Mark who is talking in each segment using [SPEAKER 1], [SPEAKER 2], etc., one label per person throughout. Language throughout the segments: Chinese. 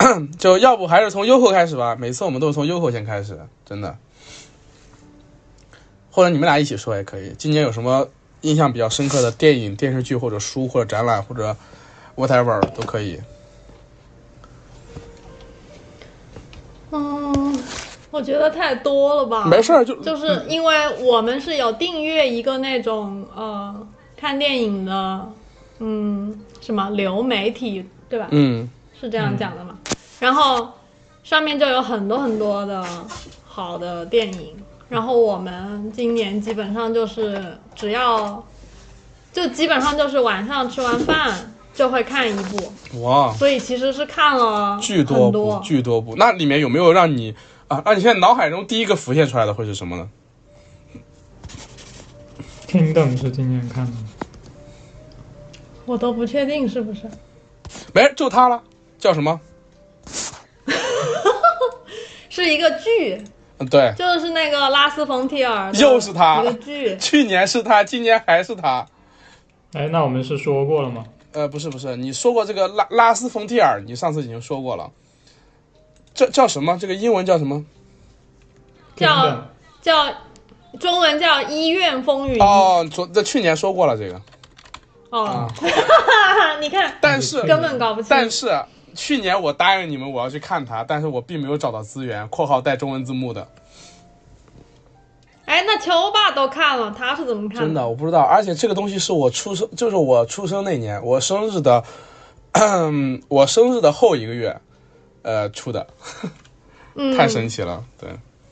[SPEAKER 1] 就要不还是从优酷开始吧。每次我们都是从优酷先开始，真的。或者你们俩一起说也可以。今年有什么印象比较深刻的电影、电视剧或者书或者展览或者 whatever 都可以。
[SPEAKER 2] 嗯，我觉得太多了吧。
[SPEAKER 1] 没事儿，就
[SPEAKER 2] 哦就是因为我们是有订阅一个那种呃看电影的，嗯，什么流媒体对吧？
[SPEAKER 1] 嗯，
[SPEAKER 2] 是这样讲的嘛。然后上面就有很多很多的好的电影，然后我们今年基本上就是只要，就基本上就是晚上吃完饭就会看一部，
[SPEAKER 1] 哇，
[SPEAKER 2] 所以其实是看了
[SPEAKER 1] 巨
[SPEAKER 2] 很
[SPEAKER 1] 多
[SPEAKER 2] 多
[SPEAKER 1] 部，巨多部。那里面有没有让你啊？让你现在脑海中第一个浮现出来的会是什么呢？
[SPEAKER 3] Kingdom 是今年看的吗，
[SPEAKER 2] 我都不确定是不是。
[SPEAKER 1] 没，就它了，叫什么？
[SPEAKER 2] 是一个剧，
[SPEAKER 1] 嗯，对，
[SPEAKER 2] 就是那个拉斯冯提尔的
[SPEAKER 1] 又是他
[SPEAKER 2] 一个剧，
[SPEAKER 1] 去年是它，今年还是它。
[SPEAKER 3] 哎，那我们是说过了吗？
[SPEAKER 1] 呃，不是不是，你说过这个拉拉斯冯蒂尔，你上次已经说过了。这叫什么？这个英文叫什么？
[SPEAKER 2] 叫叫中文叫《医院风云》
[SPEAKER 1] 哦，昨在去年说过了这个，
[SPEAKER 2] 哦
[SPEAKER 1] 啊
[SPEAKER 2] 你看
[SPEAKER 1] 但是
[SPEAKER 2] 根本搞不清。
[SPEAKER 1] 但是去年我答应你们我要去看它，但是我并没有找到资源（括号带中文字幕的
[SPEAKER 2] 哎，那球爸都看了，他是怎么）。看
[SPEAKER 1] 真的，我不知道，而且这个东西是我出生，就是我出生那年，我生日的， 我生日的后一个月，呃，出的，
[SPEAKER 2] 嗯，
[SPEAKER 1] 太神奇了。对，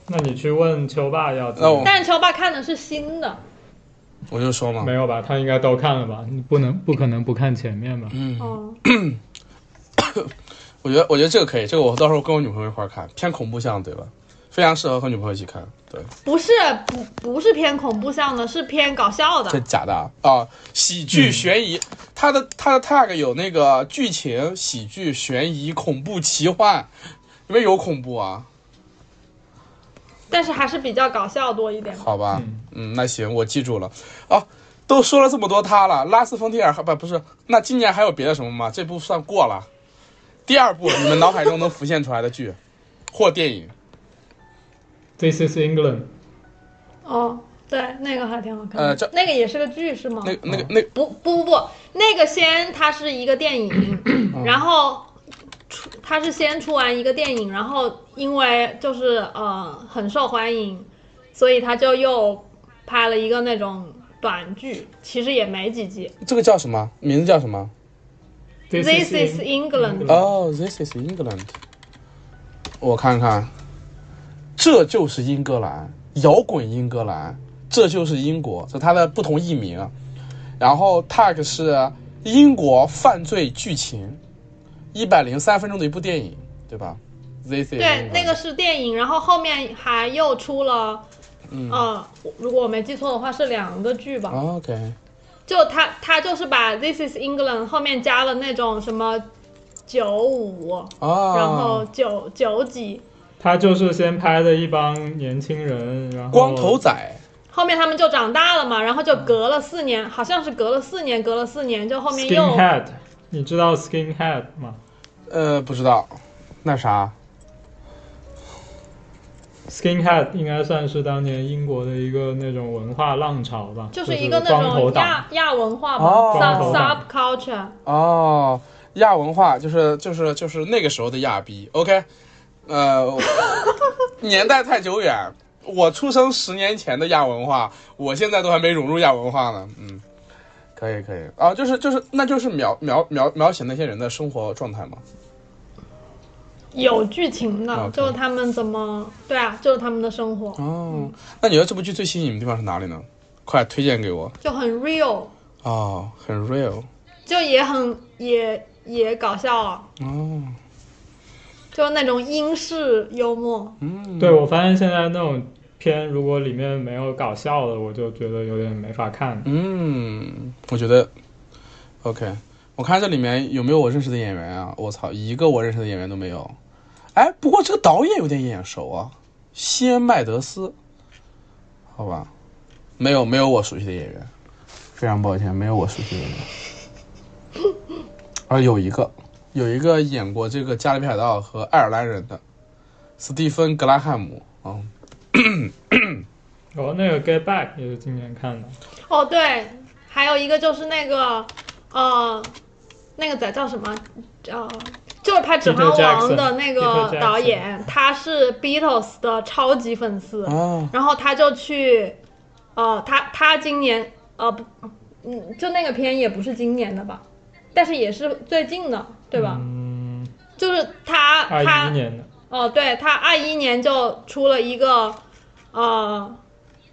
[SPEAKER 3] 那你去问秋爸要怎
[SPEAKER 1] 那
[SPEAKER 3] 么
[SPEAKER 1] 我
[SPEAKER 3] 样。
[SPEAKER 2] 但是球爸看的是新的，
[SPEAKER 1] 我就说嘛
[SPEAKER 3] 没，有吧？他应该都看了吧？你不能不可能不看前面吧？
[SPEAKER 1] 嗯
[SPEAKER 2] 哦，
[SPEAKER 1] 我觉得我觉得这个可以，这个我到时候跟我女朋友一块儿看，偏恐怖向对吧？非常适合和女朋友一起看，对，
[SPEAKER 2] 不是不不是偏恐怖向的，是偏搞笑
[SPEAKER 1] 这
[SPEAKER 2] 的。
[SPEAKER 1] 假的啊、啊喜剧悬疑，它的它的 tag 有那个剧情、喜剧、悬疑、恐怖、奇幻，里面有恐怖啊？
[SPEAKER 2] 但是还是比较搞笑多一点。
[SPEAKER 1] 好吧，
[SPEAKER 3] 嗯
[SPEAKER 1] 嗯，那行，我记住了啊。都说了这么多他了，拉斯冯提尔还不不是？那今年还有别的什么吗？这部算过了。第二部你们脑海中能浮现出来的剧或电影，
[SPEAKER 3] This is England，
[SPEAKER 2] 哦，对，那个还挺好看的。
[SPEAKER 1] 呃这
[SPEAKER 2] 那个也是个剧是吗？
[SPEAKER 1] 那那个那个
[SPEAKER 2] 不不不不，那个先它是一个电影， 然后出它是先出完一个电影，然后因为就是呃很受欢迎，所以他就又拍了一个那种短剧，其实也没几集。
[SPEAKER 1] 这个叫什么？名字叫什么？
[SPEAKER 3] This
[SPEAKER 2] This is
[SPEAKER 3] is
[SPEAKER 2] England，
[SPEAKER 3] England
[SPEAKER 1] 哦、t h i s is England。我看看，这就是英格兰，摇滚英格兰，这就是英国，这是它的不同译名。然后 tag 是英国犯罪剧情，一百零三分钟的一部电影，对吧？This is
[SPEAKER 2] 对，
[SPEAKER 1] England
[SPEAKER 2] 那个是电影，然后后面还又出了，嗯、哦呃，我如果我没记错的话是两个剧吧。
[SPEAKER 1] OK，
[SPEAKER 2] 就他他就是把 This is England 后面加了那种什么九五，
[SPEAKER 1] 啊，
[SPEAKER 2] 然后
[SPEAKER 3] 哦
[SPEAKER 2] 九九几，
[SPEAKER 3] 他就是先拍的一帮年轻人，然后
[SPEAKER 1] 光头仔，
[SPEAKER 2] 后面他们就长大了嘛，然后
[SPEAKER 3] 嗯
[SPEAKER 2] 就隔了四年，好像是隔了四年，隔了四年，就后面又
[SPEAKER 3] Skinhead，你知道 Skinhead 吗？
[SPEAKER 1] 呃，不知道，那啥，
[SPEAKER 3] Skinhead 应该算是当年英国的一个那种文化浪潮吧，
[SPEAKER 2] 就是是一个那
[SPEAKER 3] 光头
[SPEAKER 2] 种
[SPEAKER 3] 党，
[SPEAKER 2] 亚亚文化吧、
[SPEAKER 1] 哦
[SPEAKER 2] s u
[SPEAKER 3] 光头
[SPEAKER 2] b
[SPEAKER 3] 党
[SPEAKER 2] sub culture，
[SPEAKER 1] 哦，亚文化就是就是就是那个时候的亚逼。OK，呃，年代太久远，我出生十年前的亚文化，我现在都还没融入亚文化呢。嗯，可以可以啊，就是就是那就是描描描描写那些人的生活状态嘛。
[SPEAKER 2] 有剧情的
[SPEAKER 1] OK
[SPEAKER 2] 就是他们怎么对啊，就是他们的生
[SPEAKER 3] 嗯
[SPEAKER 2] 活
[SPEAKER 1] 哦，那你觉得这部剧最吸引你的地方是哪里呢？快推荐给我
[SPEAKER 2] 就很 real，
[SPEAKER 1] 哦，很 real
[SPEAKER 2] 就也很也也搞笑啊，
[SPEAKER 1] 哦，
[SPEAKER 2] 就是那种英式幽默。
[SPEAKER 1] 嗯，
[SPEAKER 3] 对我发现现在那种片如果里面没有搞笑的，我就觉得有点没法看。
[SPEAKER 1] 嗯，我觉得 OK。我看这里面有没有我认识的演员啊？我操，一个我认识的演员都没有。哎，不过这个导演有点眼熟啊，西恩麦德斯，好吧，没有没有我熟悉的演员，非常抱歉，没有我熟悉的演员。啊，有一个，有一个演过这个《加勒比海盗》和爱尔兰人的斯蒂芬·格拉汉姆啊、嗯
[SPEAKER 3] 哦，那个《Get Back》也是今年看的，
[SPEAKER 2] 哦，对，还有一个就是那个，呃，那个仔叫什么？呃，就是拍《指环
[SPEAKER 3] Peter
[SPEAKER 2] 王》的
[SPEAKER 3] Jackson，
[SPEAKER 2] 那个
[SPEAKER 3] Peter Jackson
[SPEAKER 2] 导演，他是 Beatles 的超级粉丝，
[SPEAKER 1] 啊，
[SPEAKER 2] 然后他就去，呃，他他今年，呃，不，嗯，就那个片也不是今年的吧，但是也是最近的，对吧？
[SPEAKER 3] 嗯，
[SPEAKER 2] 就是他
[SPEAKER 3] 二
[SPEAKER 2] 他
[SPEAKER 3] 一年的，
[SPEAKER 2] 哦，对他二一年就出了一个
[SPEAKER 3] 哦
[SPEAKER 2] 呃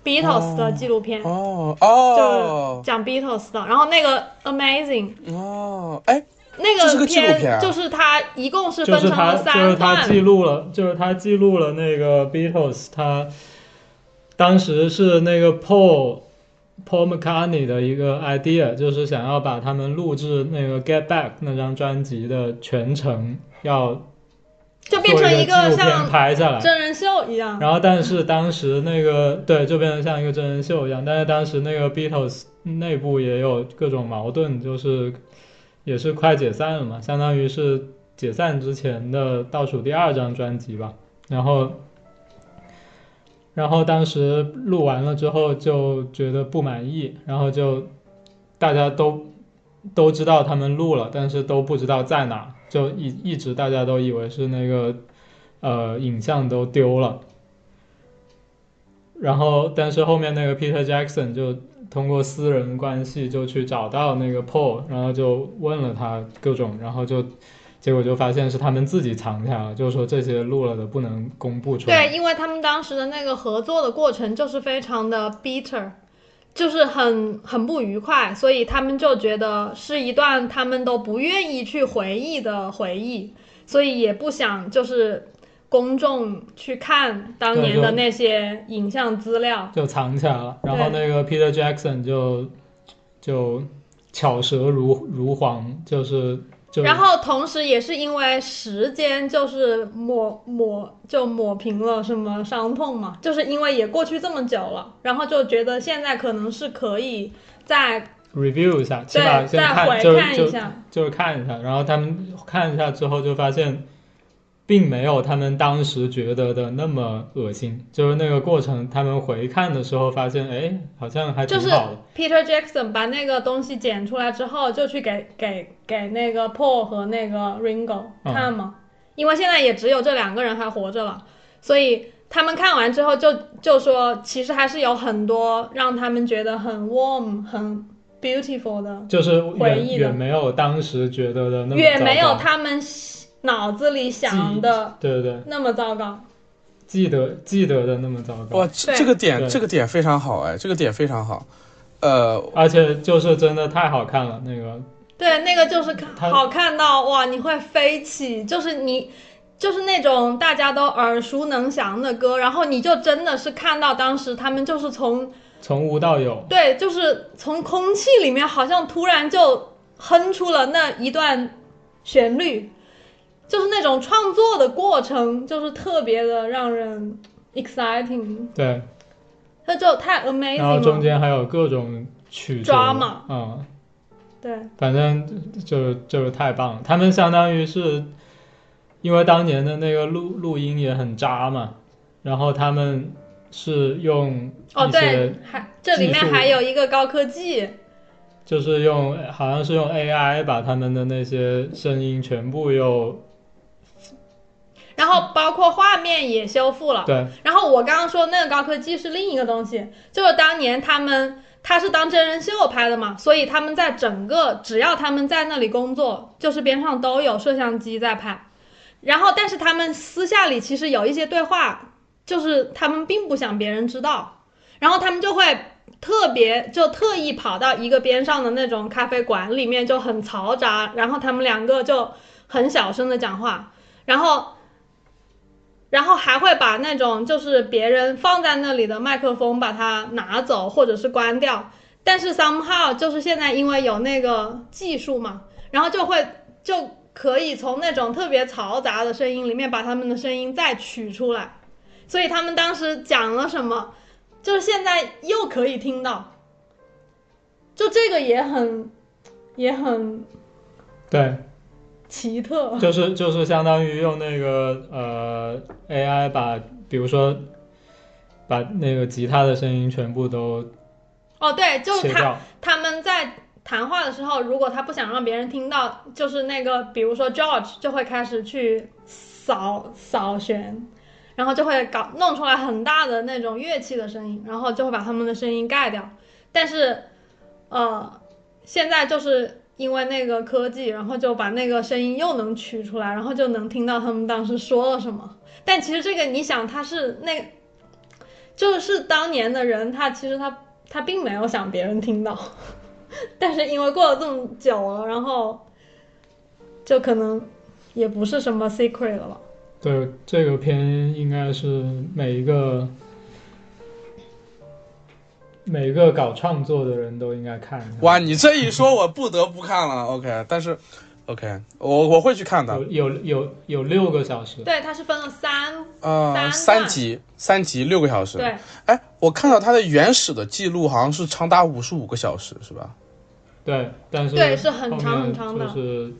[SPEAKER 2] Beatles 的纪录片，
[SPEAKER 1] 哦
[SPEAKER 2] 就是
[SPEAKER 1] 哦
[SPEAKER 2] 讲 Beatles 的。然后那个 Amazing
[SPEAKER 1] 哦，哎，
[SPEAKER 2] 那
[SPEAKER 1] 这是个纪录片啊
[SPEAKER 2] 片，就是它一共是
[SPEAKER 3] 就
[SPEAKER 2] 分
[SPEAKER 3] 是
[SPEAKER 2] 成了
[SPEAKER 3] 他就是
[SPEAKER 2] 三
[SPEAKER 3] 他
[SPEAKER 2] 段，
[SPEAKER 3] 记录了，就是他记录了那个 Beatles，他当时是那个 Paul Paul McCartney 的一个 idea，就是想要把他们录制那个《Get Back》那张专辑的全程要
[SPEAKER 2] 就
[SPEAKER 3] 做
[SPEAKER 2] 变成
[SPEAKER 3] 一
[SPEAKER 2] 一个
[SPEAKER 3] 纪录片
[SPEAKER 2] 像
[SPEAKER 3] 拍下来，
[SPEAKER 2] 真人秀一样。
[SPEAKER 3] 然后，但是当时那个对，就变成像一个真人秀一样。但是当时那个 Beatles 内部也有各种矛盾，就是也是快解散了嘛，相当于是解散之前的倒数第二张专辑吧。然后，然后当时录完了之后就觉得不满意，然后就大家都都知道他们录了，但是都不知道在哪儿，就一一直大家都以为是那个呃影像都丢了。然后，但是后面那个 Peter Jackson 就通过私人关系就去找到那个 Paul，然后就问了他各种，然后就结果就发现是他们自己藏下了，就是说这些录了的不能公布出来。
[SPEAKER 2] 对，因为他们当时的那个合作的过程就是非常的 bitter，就是很很不愉快，所以他们就觉得是一段他们都不愿意去回忆的回忆，所以也不想就是公众去看当年的那些影像资料。
[SPEAKER 3] 就藏起来了。然后
[SPEAKER 2] 对
[SPEAKER 3] 那个 Peter Jackson 就就巧舌如如簧，就是就
[SPEAKER 2] 然后同时也是因为时间就是抹抹就抹平了什么伤痛嘛，就是因为也过去这么久了，然后就觉得现在可能是可以在
[SPEAKER 3] review 一下，起码
[SPEAKER 2] 对，
[SPEAKER 3] 先
[SPEAKER 2] 再
[SPEAKER 3] 看
[SPEAKER 2] 回
[SPEAKER 3] 就
[SPEAKER 2] 看
[SPEAKER 3] 就
[SPEAKER 2] 一下，
[SPEAKER 3] 就是看一下。然后他们看一下之后就发现，并没有他们当时觉得的那么恶心。就是那个过程，他们回看的时候发现，哎，好像还挺
[SPEAKER 2] 就是
[SPEAKER 3] 好的。
[SPEAKER 2] Peter Jackson 把那个东西剪出来之后，就去给给给那个 Paul 和那个 Ringo
[SPEAKER 3] 嗯
[SPEAKER 2] 看嘛，因为现在也只有这两个人还活着了，所以他们看完之后就就说，其实还是有很多让他们觉得很 warm、很 beautiful 的，
[SPEAKER 3] 就是
[SPEAKER 2] 回
[SPEAKER 3] 远
[SPEAKER 2] 忆的
[SPEAKER 3] 远没有当时觉得的那么
[SPEAKER 2] 远没
[SPEAKER 3] 糟
[SPEAKER 2] 有
[SPEAKER 3] 糕
[SPEAKER 2] 他们脑子里想的
[SPEAKER 3] 对对对，
[SPEAKER 2] 那么糟糕。
[SPEAKER 3] 记得记得的那么糟糕。
[SPEAKER 1] 哇，这
[SPEAKER 2] 对
[SPEAKER 1] 这个点
[SPEAKER 3] 对
[SPEAKER 1] 这个点非常好哎，这个点非常好，呃，
[SPEAKER 3] 而且就是真的太好看了，那个
[SPEAKER 2] 对，那个就是看
[SPEAKER 3] 它
[SPEAKER 2] 好看到哇，你会飞起，就是你，就是那种大家都耳熟能详的歌，然后你就真的是看到当时他们就是从
[SPEAKER 3] 从无到有，
[SPEAKER 2] 对，就是从空气里面好像突然就哼出了那一段旋律，就是那种创作的过程，就是特别的让人 exciting，
[SPEAKER 3] 对，
[SPEAKER 2] 那就太
[SPEAKER 3] 然后
[SPEAKER 2] amazing
[SPEAKER 3] 中
[SPEAKER 2] 了，
[SPEAKER 3] 间还有各种曲折，
[SPEAKER 2] Drama
[SPEAKER 3] 嗯，
[SPEAKER 2] 对。
[SPEAKER 3] 反正就就是太棒了。他们相当于是，因为当年的那个录录音也很渣嘛，然后他们是用
[SPEAKER 2] 哦，
[SPEAKER 3] 一些，
[SPEAKER 2] 对，还这里
[SPEAKER 3] 技术
[SPEAKER 2] 面还有一个高科技，
[SPEAKER 3] 就是用好像是用 AI 把他们的那些声音全部又
[SPEAKER 2] 然
[SPEAKER 3] 嗯
[SPEAKER 2] 后包括画面也修复了。
[SPEAKER 3] 对
[SPEAKER 2] 然后我刚刚说那个高科技是另一个东西，就是当年他们他是当真人秀拍的嘛，所以他们在整个只要他们在那里工作，就是边上都有摄像机在拍。然后，但是他们私下里其实有一些对话，就是他们并不想别人知道，然后他们就会特别就特意跑到一个边上的那种咖啡馆里面，就很嘈杂，然后他们两个就很小声的讲话，然后然后还会把那种就是别人放在那里的麦克风把它拿走或者是关掉，但是 somehow 就是现在因为有那个技术嘛，然后就会就可以从那种特别嘈杂的声音里面把他们的声音再取出来，所以他们当时讲了什么，就是现在又可以听到，就这个也很也很
[SPEAKER 3] 对，
[SPEAKER 2] 奇特。
[SPEAKER 3] 就是就是相当于用那个呃 AI 把，比如说把那个吉他的声音全部都
[SPEAKER 2] 哦，对，就是
[SPEAKER 3] 切
[SPEAKER 2] 他
[SPEAKER 3] 掉，
[SPEAKER 2] 他们在谈话的时候，如果他不想让别人听到，就是那个，比如说 George 就会开始去扫扫弦，然后就会搞弄出来很大的那种乐器的声音，然后就会把他们的声音盖掉。但是，呃，现在就是因为那个科技，然后就把那个声音又能取出来，然后就能听到他们当时说了什么。但其实这个，你想，他是那，就是当年的人，他其实他他并没有想别人听到。 但是因为过了这么久了，然后就可能也不是什么 secret 了吧。
[SPEAKER 3] 对，这个片应该是每一个每一个搞创作的人都应该看的。
[SPEAKER 1] 哇，你这一说，我不得不看了。OK，但是 OK，我我会去看的
[SPEAKER 3] 有。有有有六个小时，
[SPEAKER 2] 对，它是分了三
[SPEAKER 1] 呃，
[SPEAKER 2] 三
[SPEAKER 1] 三
[SPEAKER 2] 段
[SPEAKER 1] 集，三集六个小时。
[SPEAKER 2] 对，
[SPEAKER 1] 哎，我看到它的原始的记录好像是长达五十五个小时，是吧？
[SPEAKER 3] 对，但是
[SPEAKER 2] 对是很
[SPEAKER 3] 后
[SPEAKER 2] 长很
[SPEAKER 3] 面
[SPEAKER 2] 长的
[SPEAKER 3] 就是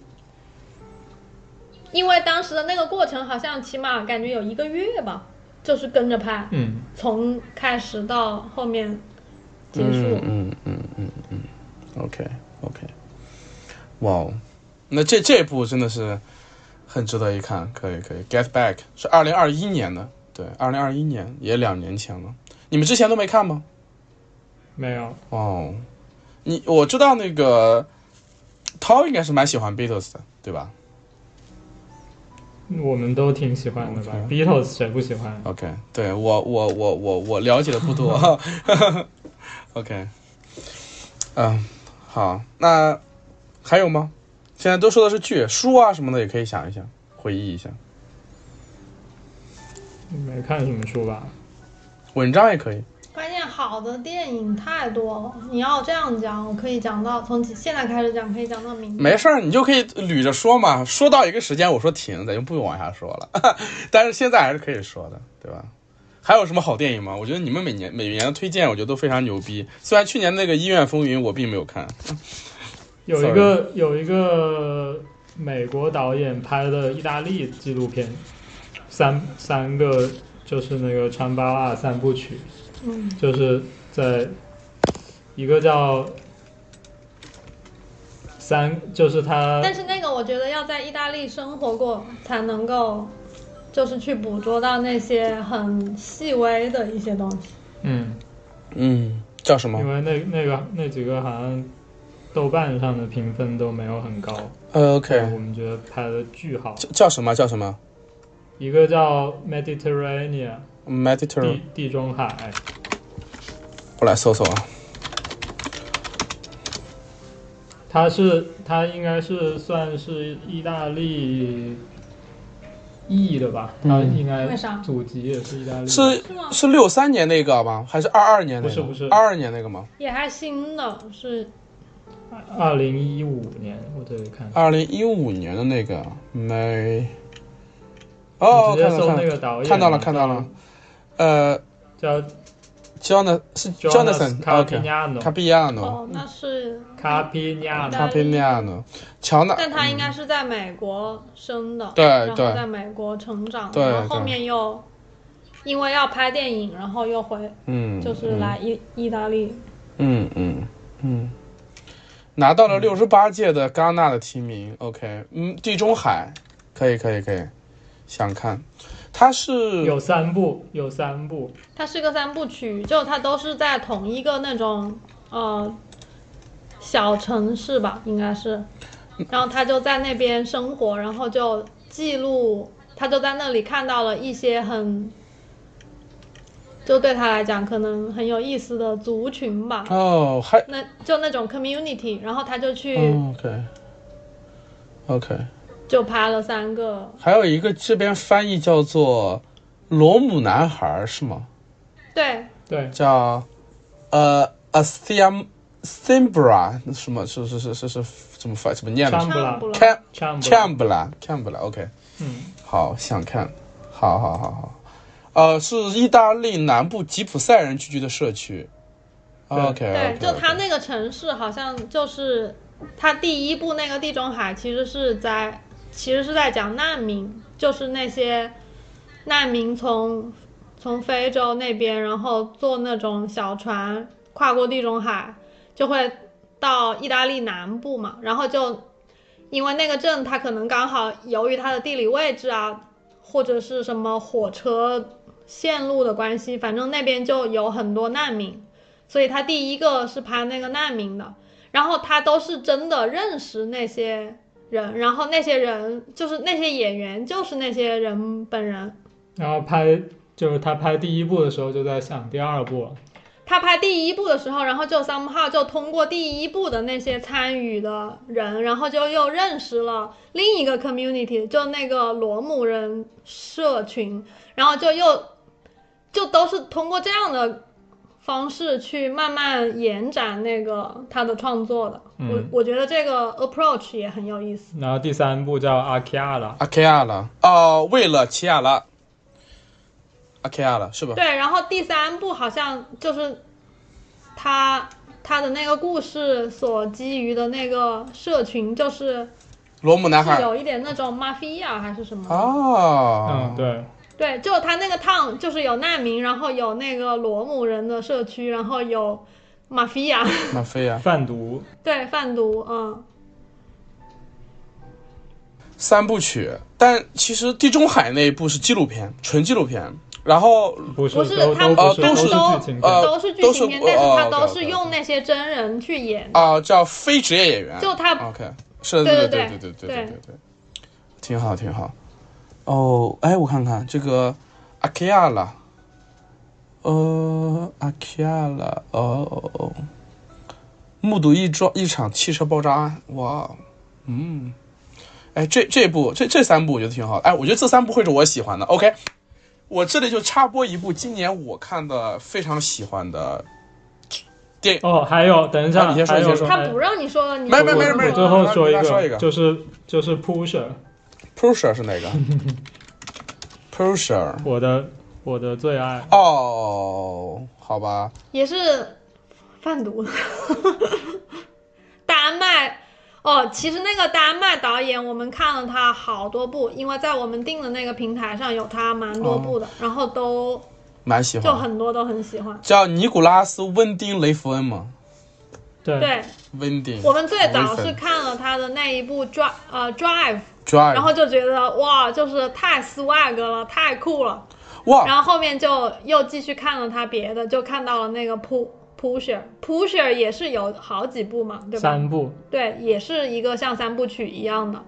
[SPEAKER 2] 因为当时的那个过程好像起码感觉有一个月吧，就是跟着拍，
[SPEAKER 3] 嗯，
[SPEAKER 2] 从开始到后面结束。
[SPEAKER 1] 嗯嗯嗯嗯嗯，OK OK，哇哦，那这这部真的是很值得一看，可以可以。Get Back 是二零二一年的，对，二零二一年也两年前了。你们之前都没看吗？
[SPEAKER 3] 没有，
[SPEAKER 1] 哦，你我知道那个涛应该是蛮喜欢 Beatles 的，对吧
[SPEAKER 3] 我们都挺喜欢的吧
[SPEAKER 1] OK
[SPEAKER 3] ？Beatles 谁不喜欢？啊
[SPEAKER 1] ？OK，对我我我我我了解的不多。OK，嗯，好，那还有吗？现在都说的是剧、书啊什么的，也可以想一想，回忆一下，
[SPEAKER 3] 没看什么书吧？
[SPEAKER 1] 文章也可以。
[SPEAKER 2] 关键好的电影太多了，你要这样讲，我可以讲到从现在开始讲，可以讲到明天。
[SPEAKER 1] 没事儿，你就可以捋着说嘛。说到一个时间，我说停，咱就不往下说了。 但是现在还是可以说的，对吧？还有什么好电影吗？我觉得你们每年每年的推荐，我觉得都非常牛逼。虽然去年那个《医院风云》我并没有看，
[SPEAKER 3] 有一个有一个美国导演拍的意大利纪录片，三三个就是那个川巴拉三部曲，
[SPEAKER 2] 嗯，
[SPEAKER 3] 就是在一个叫三，就是他
[SPEAKER 2] 但是那个我觉得要在意大利生活过才能够，就是去捕捉到那些很细微的一些东西。
[SPEAKER 3] 嗯，
[SPEAKER 1] 嗯，叫什么
[SPEAKER 3] 因？为那那个那几个好像豆瓣上的评分都没有很高
[SPEAKER 1] 呃，OK，
[SPEAKER 3] 我们觉得拍的巨好。
[SPEAKER 1] 叫叫什么？叫什么
[SPEAKER 3] 一个叫 Mediterranean
[SPEAKER 1] ？Mediterranean，
[SPEAKER 3] 地地中海，
[SPEAKER 1] 我来搜搜啊。
[SPEAKER 3] 它是它应该是算是意大利裔的吧？它
[SPEAKER 1] 嗯
[SPEAKER 3] 应该
[SPEAKER 2] 为啥
[SPEAKER 3] 祖籍也是意大利的。
[SPEAKER 1] 是
[SPEAKER 2] 是吗
[SPEAKER 1] 是六三年那个吗？还是二二年那个？
[SPEAKER 3] 不是不是
[SPEAKER 1] 二二年那个吗？
[SPEAKER 2] 也还新的是，
[SPEAKER 3] 二零一五年，我这里看。
[SPEAKER 1] 二零一五年的那个没。哦，
[SPEAKER 3] 你直
[SPEAKER 1] 看到看
[SPEAKER 3] 接搜那
[SPEAKER 1] 到
[SPEAKER 3] 个导演，
[SPEAKER 1] 看到了看到了，呃
[SPEAKER 3] 叫
[SPEAKER 1] ，Jonathan 是
[SPEAKER 3] Jonas
[SPEAKER 1] Jonathan OK
[SPEAKER 3] Carpignano。
[SPEAKER 1] Capiano
[SPEAKER 2] 哦，那是，
[SPEAKER 3] Carpignano，
[SPEAKER 2] 意大利
[SPEAKER 1] Capiano 乔纳
[SPEAKER 2] 但他应该是在美国生的，
[SPEAKER 1] 啊对
[SPEAKER 2] 然后
[SPEAKER 1] 对
[SPEAKER 2] 在美国成长，
[SPEAKER 1] 对
[SPEAKER 2] 然后后
[SPEAKER 1] 对
[SPEAKER 2] 面又因为要拍电影，然后又回
[SPEAKER 1] 嗯
[SPEAKER 2] 就是来意意大利。
[SPEAKER 1] 嗯嗯嗯，拿到了六十八届的戛纳的提名 OK 嗯地中海可以可以可以想看他是
[SPEAKER 3] 有三部，有三部，
[SPEAKER 2] 它是个三部曲，就它都是在同一个那种呃小城市吧，应该是。然后他就在那边生活，然后就记录，他就在那里看到了一些很，就对他来讲可能很有意思的族群吧，
[SPEAKER 1] 哦还
[SPEAKER 2] 那就那种 community，然后他就去、
[SPEAKER 1] 嗯 OK OK
[SPEAKER 2] 就拍了三个，
[SPEAKER 1] 还有一个这边翻译叫做罗姆男孩是吗？
[SPEAKER 2] 对，
[SPEAKER 3] 对，
[SPEAKER 1] 叫呃 a s t i a m Simbra 什么是是是是是怎么发怎么念的
[SPEAKER 3] 上布拉
[SPEAKER 2] 上布拉
[SPEAKER 1] ？Cam
[SPEAKER 3] Chamber，
[SPEAKER 1] Cambla Cambla OK
[SPEAKER 3] 嗯，
[SPEAKER 1] 好想看，好好好好，呃是意大利南部吉普赛人聚居的社区。
[SPEAKER 3] 对
[SPEAKER 1] OK，
[SPEAKER 2] 对，就他那个城市好像就是他第一部那个地中海，其实是在其实是在讲难民，就是那些难民从从非洲那边，然后坐那种小船跨过地中海，就会到意大利南部嘛，然后就因为那个镇，它可能刚好由于它的地理位置啊，或者是什么火车线路的关系，反正那边就有很多难民，所以他第一个是拍那个难民的，然后他都是真的认识那些人，然后那些人就是那些演员，就是那些人本人。
[SPEAKER 3] 然后拍就是他拍第一部的时候就在想第二部了，
[SPEAKER 2] 他拍第一部的时候，然后就 somehow 就通过第一部的那些参与的人，然后就又认识了另一个 community，就那个罗姆人社群，然后就又就都是通过这样的方式去慢慢延展那个他的创作的。
[SPEAKER 3] 嗯
[SPEAKER 2] 我我觉得这个 approach 也很有意思。
[SPEAKER 3] 然后第三部叫阿基亚了，
[SPEAKER 1] 阿克亚了，哦，为了奇亚拉，阿克亚了是吧？
[SPEAKER 2] 对，然后第三部好像就是他他的那个故事所基于的那个社群，就是
[SPEAKER 1] 罗姆男
[SPEAKER 2] 是
[SPEAKER 1] 孩
[SPEAKER 2] 有一点那种 mafia 还是什么？
[SPEAKER 1] 哦，
[SPEAKER 3] 嗯，，对，
[SPEAKER 2] 对，就他那个 town 就是有难民，然后有那个罗姆人的社区，然后有 mafia，
[SPEAKER 1] 马菲亚
[SPEAKER 3] 贩毒，
[SPEAKER 2] 对，贩毒，嗯，
[SPEAKER 1] 三部曲，但其实地中海那一部是纪录片，纯纪录片，然后
[SPEAKER 3] 不
[SPEAKER 2] 不是
[SPEAKER 3] 都
[SPEAKER 2] 他
[SPEAKER 3] 都
[SPEAKER 2] 们
[SPEAKER 1] 呃
[SPEAKER 2] 他
[SPEAKER 3] 不是
[SPEAKER 1] 都
[SPEAKER 2] 们
[SPEAKER 3] 是
[SPEAKER 2] 都
[SPEAKER 3] 剧情片，
[SPEAKER 1] 呃
[SPEAKER 2] 都是剧
[SPEAKER 1] 都是
[SPEAKER 2] 情片，
[SPEAKER 1] 哦
[SPEAKER 2] 但是他
[SPEAKER 1] 哦
[SPEAKER 2] 都
[SPEAKER 1] ，OK，OK，OK
[SPEAKER 2] 是用那些真人去演，
[SPEAKER 1] 啊、叫非职业演员，
[SPEAKER 2] 就他
[SPEAKER 1] OK，是对对
[SPEAKER 2] 对对对
[SPEAKER 1] 对对
[SPEAKER 2] 对
[SPEAKER 1] 对对，挺好挺好。哦，哎，我看看这个阿克亚拉，呃，阿克亚拉，哦哦哦，目睹一桩一场汽车爆炸案，哇，嗯，哎，这这部这这三部我觉得挺好的，哎，我觉得这三部会是我喜欢的。OK，我这里就插播一部今年我看的非常喜欢的
[SPEAKER 3] 哦，还有等一下，
[SPEAKER 1] 啊你先说
[SPEAKER 3] 还
[SPEAKER 1] 你
[SPEAKER 3] 有
[SPEAKER 1] 先说
[SPEAKER 2] 他不让你说了，你
[SPEAKER 1] 没
[SPEAKER 3] 我
[SPEAKER 1] 没没没
[SPEAKER 3] 我
[SPEAKER 1] 没
[SPEAKER 3] 最后
[SPEAKER 1] 没
[SPEAKER 3] 说
[SPEAKER 1] 没说一个
[SPEAKER 3] 就是就是 Pusher，
[SPEAKER 1] Pusher 是 哪个？Pusher。
[SPEAKER 3] 我的我的最爱，
[SPEAKER 1] 哦，好吧，
[SPEAKER 2] 也是贩毒 的，丹麦。哦，其实那个丹麦导演，我们看了他好多部，因为在我们订的那个平台上有他蛮多部
[SPEAKER 3] 哦
[SPEAKER 2] 的，然后都
[SPEAKER 1] 蛮喜
[SPEAKER 2] 就
[SPEAKER 1] 欢。
[SPEAKER 2] 很多都很喜欢。
[SPEAKER 1] 叫尼古拉斯·温丁雷弗恩嘛，
[SPEAKER 3] 对嗯
[SPEAKER 2] 对
[SPEAKER 1] 温丁。
[SPEAKER 2] 我们最早
[SPEAKER 1] 雷
[SPEAKER 2] 是
[SPEAKER 1] 弗恩
[SPEAKER 2] 看了他的那一部 Drive 呃 Drive，
[SPEAKER 1] Drive，
[SPEAKER 2] 然后就觉得哇，就是太 swag 了，太酷了。然
[SPEAKER 3] 啊
[SPEAKER 1] 哇，
[SPEAKER 2] 后后面就又继续看了他别的，就看到了那个 Pu- Pusher Pusher 也是有好几部嘛，对吧？
[SPEAKER 3] 三部，
[SPEAKER 2] 对，也是一个像三部曲一样的，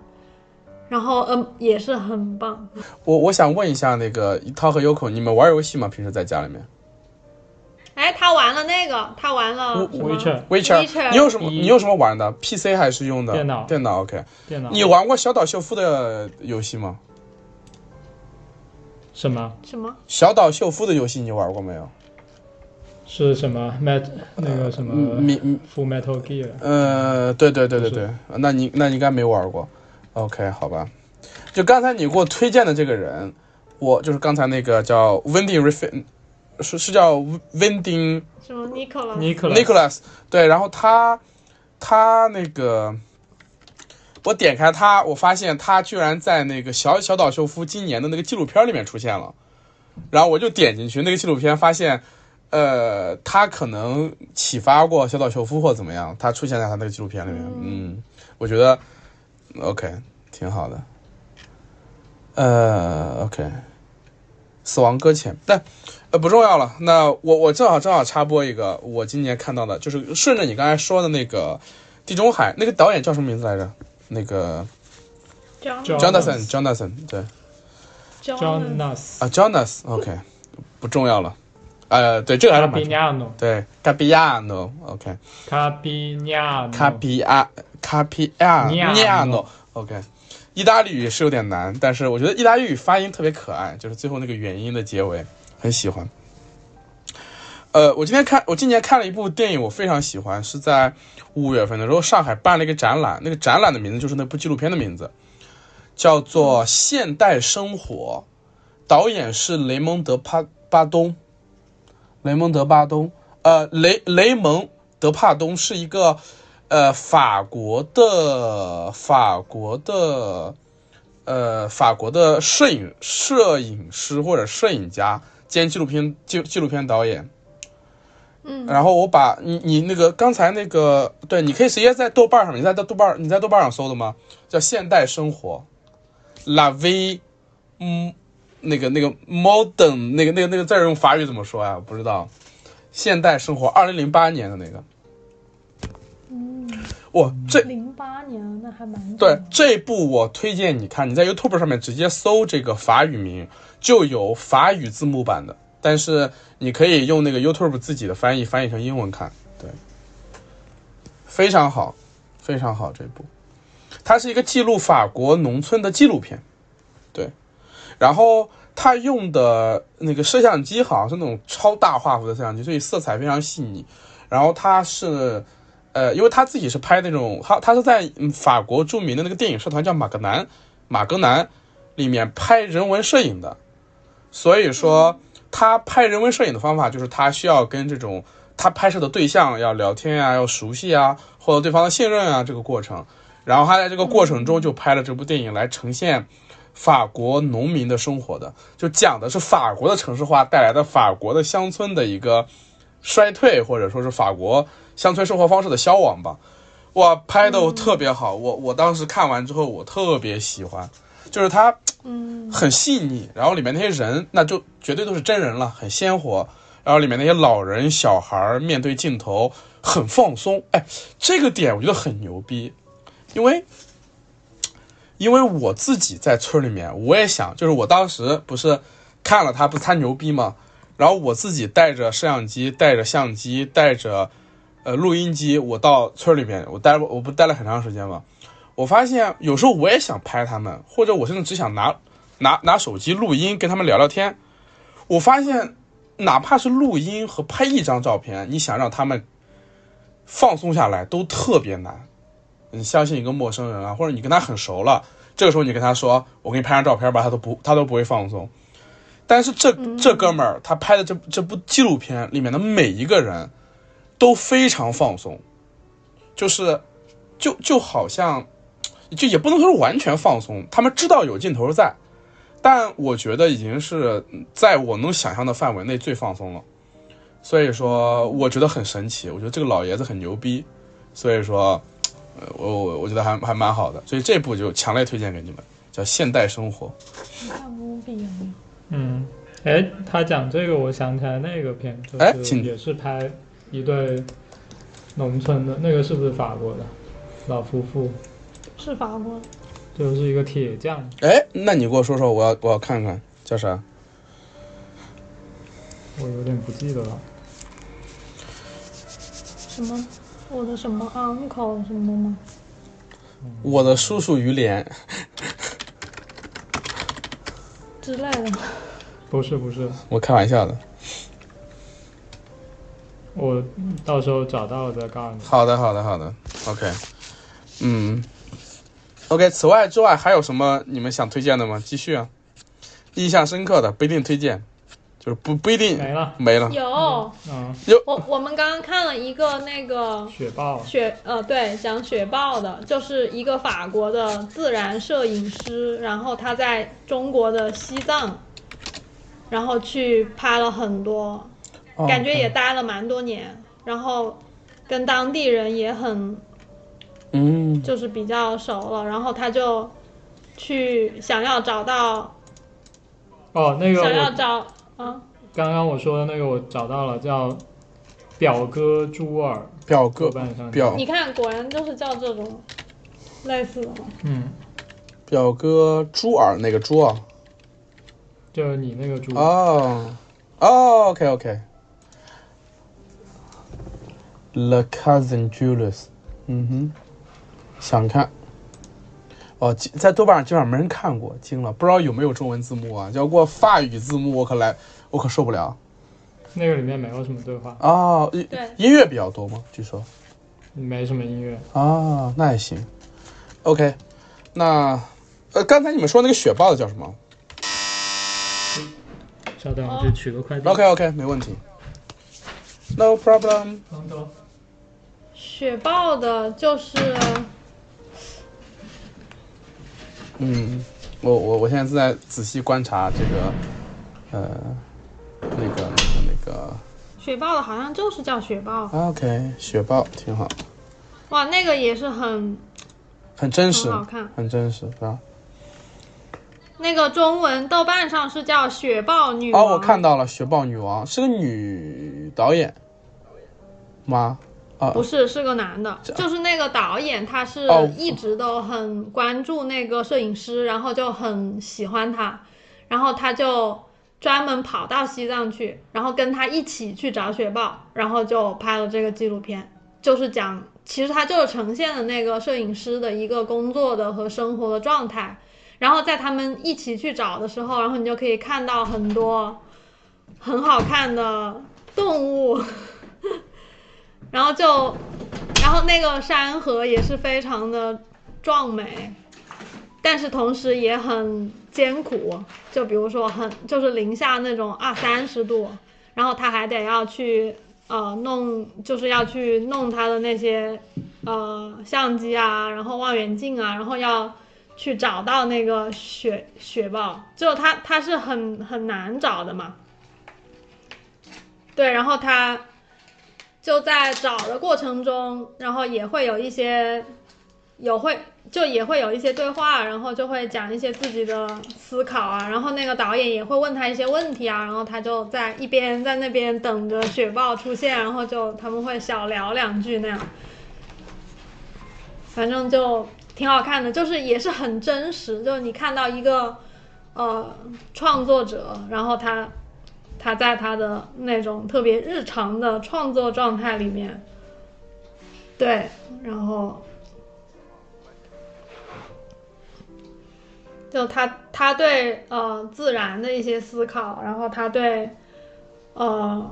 [SPEAKER 2] 然后嗯，也是很棒。
[SPEAKER 1] 我我想问一下那个涛和 Yoko，你们玩游戏吗？平时在家里面
[SPEAKER 2] 哎，他玩了那个，他玩了什么
[SPEAKER 3] Witcher
[SPEAKER 2] Witcher
[SPEAKER 1] 你有什么
[SPEAKER 3] 一
[SPEAKER 1] 你有什么玩的？PC 还是用的
[SPEAKER 3] 嗯电脑嗯
[SPEAKER 1] 电脑 OK。
[SPEAKER 3] 电脑
[SPEAKER 1] 你玩过小岛秀夫的游戏吗？
[SPEAKER 3] 什么
[SPEAKER 2] 什么？
[SPEAKER 1] 小岛秀夫的游戏你玩过没
[SPEAKER 3] 呃
[SPEAKER 1] 有？
[SPEAKER 3] 是什么 Met 那个什
[SPEAKER 2] 呃嗯
[SPEAKER 3] 么
[SPEAKER 1] 嗯你你
[SPEAKER 3] Full Metal Gear，
[SPEAKER 1] 呃，对对对对
[SPEAKER 3] 不
[SPEAKER 1] 对，那你那你应该没玩过。OK，好吧。就刚才你给我推荐的这个人，我就是刚才那个叫 Wendy Refin，是是叫 Wendy
[SPEAKER 2] 什么 Nicola？
[SPEAKER 3] 尼克
[SPEAKER 1] Nicholas，对，然后他他那个，我点开他，我发现他居然在那个小小岛秀夫今年的那个纪录片里面出现了，然后我就点进去那个纪录片，发现，呃，他可能启发过小岛秀夫或怎么样，他出现在他那个纪录片里面，嗯，我觉得 OK 挺好的，呃，OK，死亡搁浅，但呃，不重要了。那我我正好正好插播一个，我今年看到的，就是顺着你刚才说的那个地中海，那个导演叫什么名字来着？那个
[SPEAKER 2] John
[SPEAKER 3] John-
[SPEAKER 1] Jonathan Jonathan 对
[SPEAKER 3] John
[SPEAKER 2] John
[SPEAKER 3] Nas
[SPEAKER 1] 啊 Jonas OK 不重要了，呃对这个还是蛮
[SPEAKER 3] Capignano
[SPEAKER 1] 对卡比亚诺 OK
[SPEAKER 3] Capignano
[SPEAKER 1] 卡比亚卡比亚
[SPEAKER 3] 尼亚
[SPEAKER 1] 尼亚诺
[SPEAKER 3] 诺
[SPEAKER 1] OK 意大利语是有点难，但是我觉得意大利语发音特别可爱，就是最后那个元音的结尾很喜欢。呃，我今天看，我今年看了一部电影，我非常喜欢，是在五月份的时候，上海办了一个展览，那个展览的名字就是那部纪录片的名字，叫做《现代生活》，导演是雷蒙德帕巴东，雷蒙德巴东，呃，雷雷蒙德帕东是一个，呃，法国的法国的呃法国的摄影摄影师或者摄影家兼纪录片纪纪录片导演。
[SPEAKER 2] 嗯，
[SPEAKER 1] 然后我把你你那个刚才那个对，你可以直接在豆瓣上，你在豆瓣你在豆瓣上搜的吗？叫《现代生活》，La vie，嗯，那个那个 modern 那个那个那个字儿用法语怎么说呀、啊不知道。现代生活，二零零八年的那个。哇，这
[SPEAKER 2] 零八年那还蛮久
[SPEAKER 1] 对，这部我推荐你看，你在 YouTube 上面直接搜这个法语名，就有法语字幕版的，但是你可以用那个 YouTube 自己的翻译翻译成英文看。对，非常好，非常好这部，它是一个记录法国农村的纪录片。对，然后它用的那个摄像机好像是那种超大画幅的摄像机，所以色彩非常细腻。然后它是。呃，因为他自己是拍那种，他他是在嗯法国著名的那个电影社团叫马格南，马格南里面拍人文摄影的，所以说他拍人文摄影的方法就是他需要跟这种他拍摄的对象要聊天啊，要熟悉啊，获得对方的信任啊这个过程，然后他在这个过程中就拍了这部电影来呈现法国农民的生活的，就讲的是法国的城市化带来的法国的乡村的一个衰退，或者说是法国。乡村生活方式的消亡吧。哇，拍的我特别好，我我当时看完之后我特别喜欢，就是它
[SPEAKER 2] 嗯
[SPEAKER 1] 很细腻，然后里面那些人那就绝对都是真人了，很鲜活，然后里面那些老人小孩儿面对镜头很放松，哎，这个点我觉得很牛逼，因为因为我自己在村里面，我也想，就是我当时不是看了他不是他牛逼吗？然后我自己带着摄像机，带着相机，带着呃录音机，我到村里面，我待了我不待了很长时间嘛。我发现有时候我也想拍他们，或者我甚至只想拿拿拿手机录音跟他们聊聊天。我发现，哪怕是录音和拍一张照片，你想让他们放松下来都特别难。你相信一个陌生人啊，或者你跟他很熟了，这个时候你跟他说“我给你拍张照片吧”，他都不他都不会放松。但是这这哥们儿他拍的这这部纪录片里面的每一个人都非常放松，就是就就好像就也不能说是完全放松，他们知道有镜头在，但我觉得已经是嗯在我能想象的范围内最放松了。所以说，我觉得很神奇，我觉得这个老爷子很牛逼，所以说，呃，我我我觉得还还蛮好的，所以这部就强烈推荐给你们，叫《现代生活》。
[SPEAKER 2] 你看 movie 有没有？
[SPEAKER 3] 嗯，哎，他讲这个，我想起来那个片，就
[SPEAKER 1] 哎
[SPEAKER 3] 是
[SPEAKER 1] 请
[SPEAKER 3] 也是拍一对农村的，那个是不是法国的老夫妇？
[SPEAKER 2] 是法国
[SPEAKER 3] 就是一个铁匠，
[SPEAKER 1] 哎，那你给我说说，我要我要看看叫啥？
[SPEAKER 3] 我有点不记得了。
[SPEAKER 2] 什么我的什么 uncle 什么的吗？
[SPEAKER 1] 我的叔叔于连，
[SPEAKER 2] 之类的。
[SPEAKER 3] 不是不是，
[SPEAKER 1] 我开玩笑的。
[SPEAKER 3] 我到时候找到了再告诉你。
[SPEAKER 1] 好的，好的，好的。OK，嗯，OK。此外之外，还有什么你们想推荐的吗？继续啊，印象深刻的不一定推荐，就是不不一定
[SPEAKER 3] 没了，
[SPEAKER 1] 没了。
[SPEAKER 2] 有，
[SPEAKER 3] 嗯，
[SPEAKER 2] 我我们刚刚看了一个那个
[SPEAKER 3] 雪豹，
[SPEAKER 2] 雪呃对讲雪豹的，就是一个法国的自然摄影师，然后他在中国的西藏，然后去拍了很多，
[SPEAKER 1] 哦
[SPEAKER 2] 感觉也待了蛮多年，然后跟当地人也很
[SPEAKER 1] 嗯
[SPEAKER 2] 就是比较熟了，然后他就去想要找到
[SPEAKER 3] 哦，那个
[SPEAKER 2] 想要
[SPEAKER 3] 我
[SPEAKER 2] 找啊
[SPEAKER 3] 刚刚我说的那个我找到了，叫表哥朱尔，
[SPEAKER 1] 表
[SPEAKER 3] 豆
[SPEAKER 1] 哥
[SPEAKER 3] 瓣上
[SPEAKER 1] 表
[SPEAKER 2] 你看果然就是叫这种类似的嘛，
[SPEAKER 3] 嗯，
[SPEAKER 1] 表哥朱尔那个朱啊
[SPEAKER 3] 就是你那个朱，
[SPEAKER 1] 哦哦，OK OK。The cousin Julius，嗯哼，想看。哦，基在豆瓣上基本上没人看过，惊了，不知道有没有中文字幕啊？要过法语字幕，我可来，我可受不了
[SPEAKER 3] 那个里面没有什么对话，
[SPEAKER 1] 啊！音
[SPEAKER 2] 对
[SPEAKER 1] 音乐比较多吗？据说
[SPEAKER 3] 没什么音乐。
[SPEAKER 1] 啊，那也行。OK，那呃，刚才你们说那个雪豹的叫什么
[SPEAKER 3] 稍等，
[SPEAKER 2] 哦
[SPEAKER 3] 我去取个快递。
[SPEAKER 1] ？OK OK，没问题，No problem。
[SPEAKER 3] 杭州
[SPEAKER 2] 雪豹的就是。
[SPEAKER 1] 嗯，我我我现在正在仔细观察这个，呃，那个那个
[SPEAKER 2] 雪豹的好像就是叫雪豹
[SPEAKER 1] 那，个，OK，雪豹挺好，
[SPEAKER 2] 哇，那个也是很
[SPEAKER 1] 很真实
[SPEAKER 2] 很，好看。
[SPEAKER 1] 很真实，是吧？
[SPEAKER 2] 那个中文豆瓣上是叫雪豹女
[SPEAKER 1] 哦，
[SPEAKER 2] 王
[SPEAKER 1] 我看到了，雪豹女王是个女导演吗？啊
[SPEAKER 2] 不是，是个男的，就是那个导演，他是
[SPEAKER 1] 哦
[SPEAKER 2] 一直都很关注那个摄影师，然后就很喜欢他，然后他就专门跑到西藏去，然后跟他一起去找雪豹，然后就拍了这个纪录片，就是讲，其实他就是呈现了那个摄影师的一个工作的和生活的状态，然后在他们一起去找的时候，然后你就可以看到很多很好看的动物。 然后就，然后那个山河也是非常的壮美，但是同时也很艰苦。就比如说很就是零下那种二三十度，然后他还得要去呃弄，就是要去弄他的那些呃相机啊，然后望远镜啊，然后要去找到那个雪雪豹，就他他是很很难找的嘛。对，然后他就在找的过程中，然后也会有一些，有会就也会有一些对话，啊然后就会讲一些自己的思考啊，然后那个导演也会问他一些问题啊，然后他就在一边在那边等着雪豹出现，然后就他们会小聊两句那样，反正就挺好看的，就是也是很真实，就是你看到一个呃创作者，然后他他在他的那种特别日常的创作状态里面，对，然后就他他对呃自然的一些思考，然后他对呃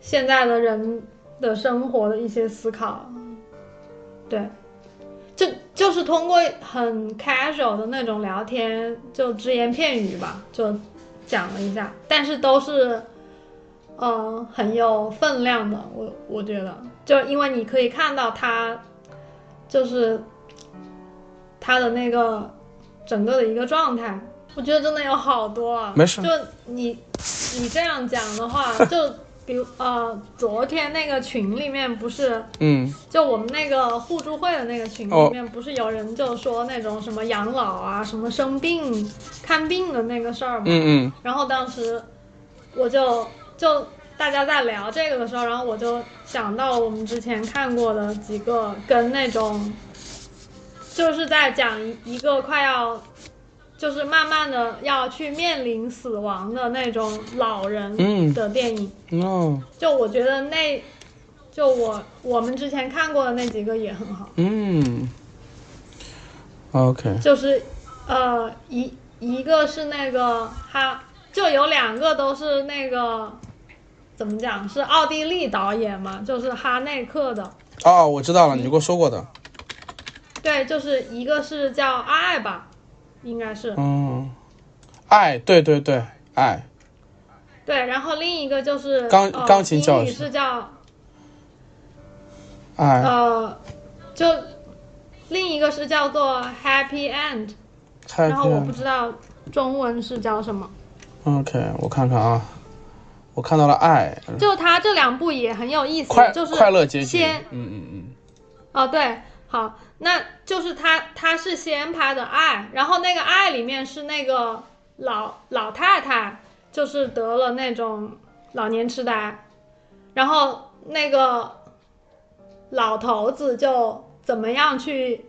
[SPEAKER 2] 现在的人的生活的一些思考，对。就就是通过很 casual 的那种聊天，就只言片语吧，就讲了一下，但是都是，呃，很有分量的。我我觉得，就因为你可以看到他，就是他的那个整个的一个状态。我觉得真的有好多啊，
[SPEAKER 1] 没事
[SPEAKER 2] 就你你这样讲的话，就比如呃，昨天那个群里面不是。
[SPEAKER 1] 嗯，
[SPEAKER 2] 就我们那个互助会的那个群
[SPEAKER 1] 哦
[SPEAKER 2] 里面，不是有人就说那种什么养老啊、什么生病、看病的那个事儿嘛。
[SPEAKER 1] 嗯
[SPEAKER 2] 然后当时我就就大家在聊这个的时候，然后我就想到我们之前看过的几个跟那种，就是在讲一一个快要，就是慢慢的要去面临死亡的那种老人
[SPEAKER 1] 嗯
[SPEAKER 2] 的电影。
[SPEAKER 1] 嗯，哦，
[SPEAKER 2] 就我觉得那，就我我们之前看过的那几个也很好，
[SPEAKER 1] 嗯，OK，
[SPEAKER 2] 就是，呃，一一个是那个哈，就有两个都是那个，怎么讲是奥地利导演嘛，就是哈内克的，
[SPEAKER 1] 哦，我知道
[SPEAKER 2] 嗯
[SPEAKER 1] 了，你跟我说过的，
[SPEAKER 2] 对，就是一个是叫爱吧，应该是，
[SPEAKER 1] 嗯，爱，对对对，爱，
[SPEAKER 2] 对，然后另一个就是
[SPEAKER 1] 钢
[SPEAKER 2] 呃
[SPEAKER 1] 钢琴教
[SPEAKER 2] 英语
[SPEAKER 1] 室
[SPEAKER 2] 是叫
[SPEAKER 1] 爱
[SPEAKER 2] 呃，就另一个是叫做 Happy End。
[SPEAKER 1] 太
[SPEAKER 2] 然后我
[SPEAKER 1] 酷
[SPEAKER 2] 不
[SPEAKER 1] 了
[SPEAKER 2] 知道中文是叫什么，
[SPEAKER 1] ，OK，我看看啊，我看到了爱，
[SPEAKER 2] 就它这两部也很有意思
[SPEAKER 1] 快，
[SPEAKER 2] 就是
[SPEAKER 1] 快乐结局，
[SPEAKER 2] 先
[SPEAKER 1] 嗯嗯嗯，
[SPEAKER 2] 哦对，好，那就是他他是先拍的爱，然后那个爱里面是那个老老太太，就是得了那种老年痴呆，然后那个老头子就怎么样去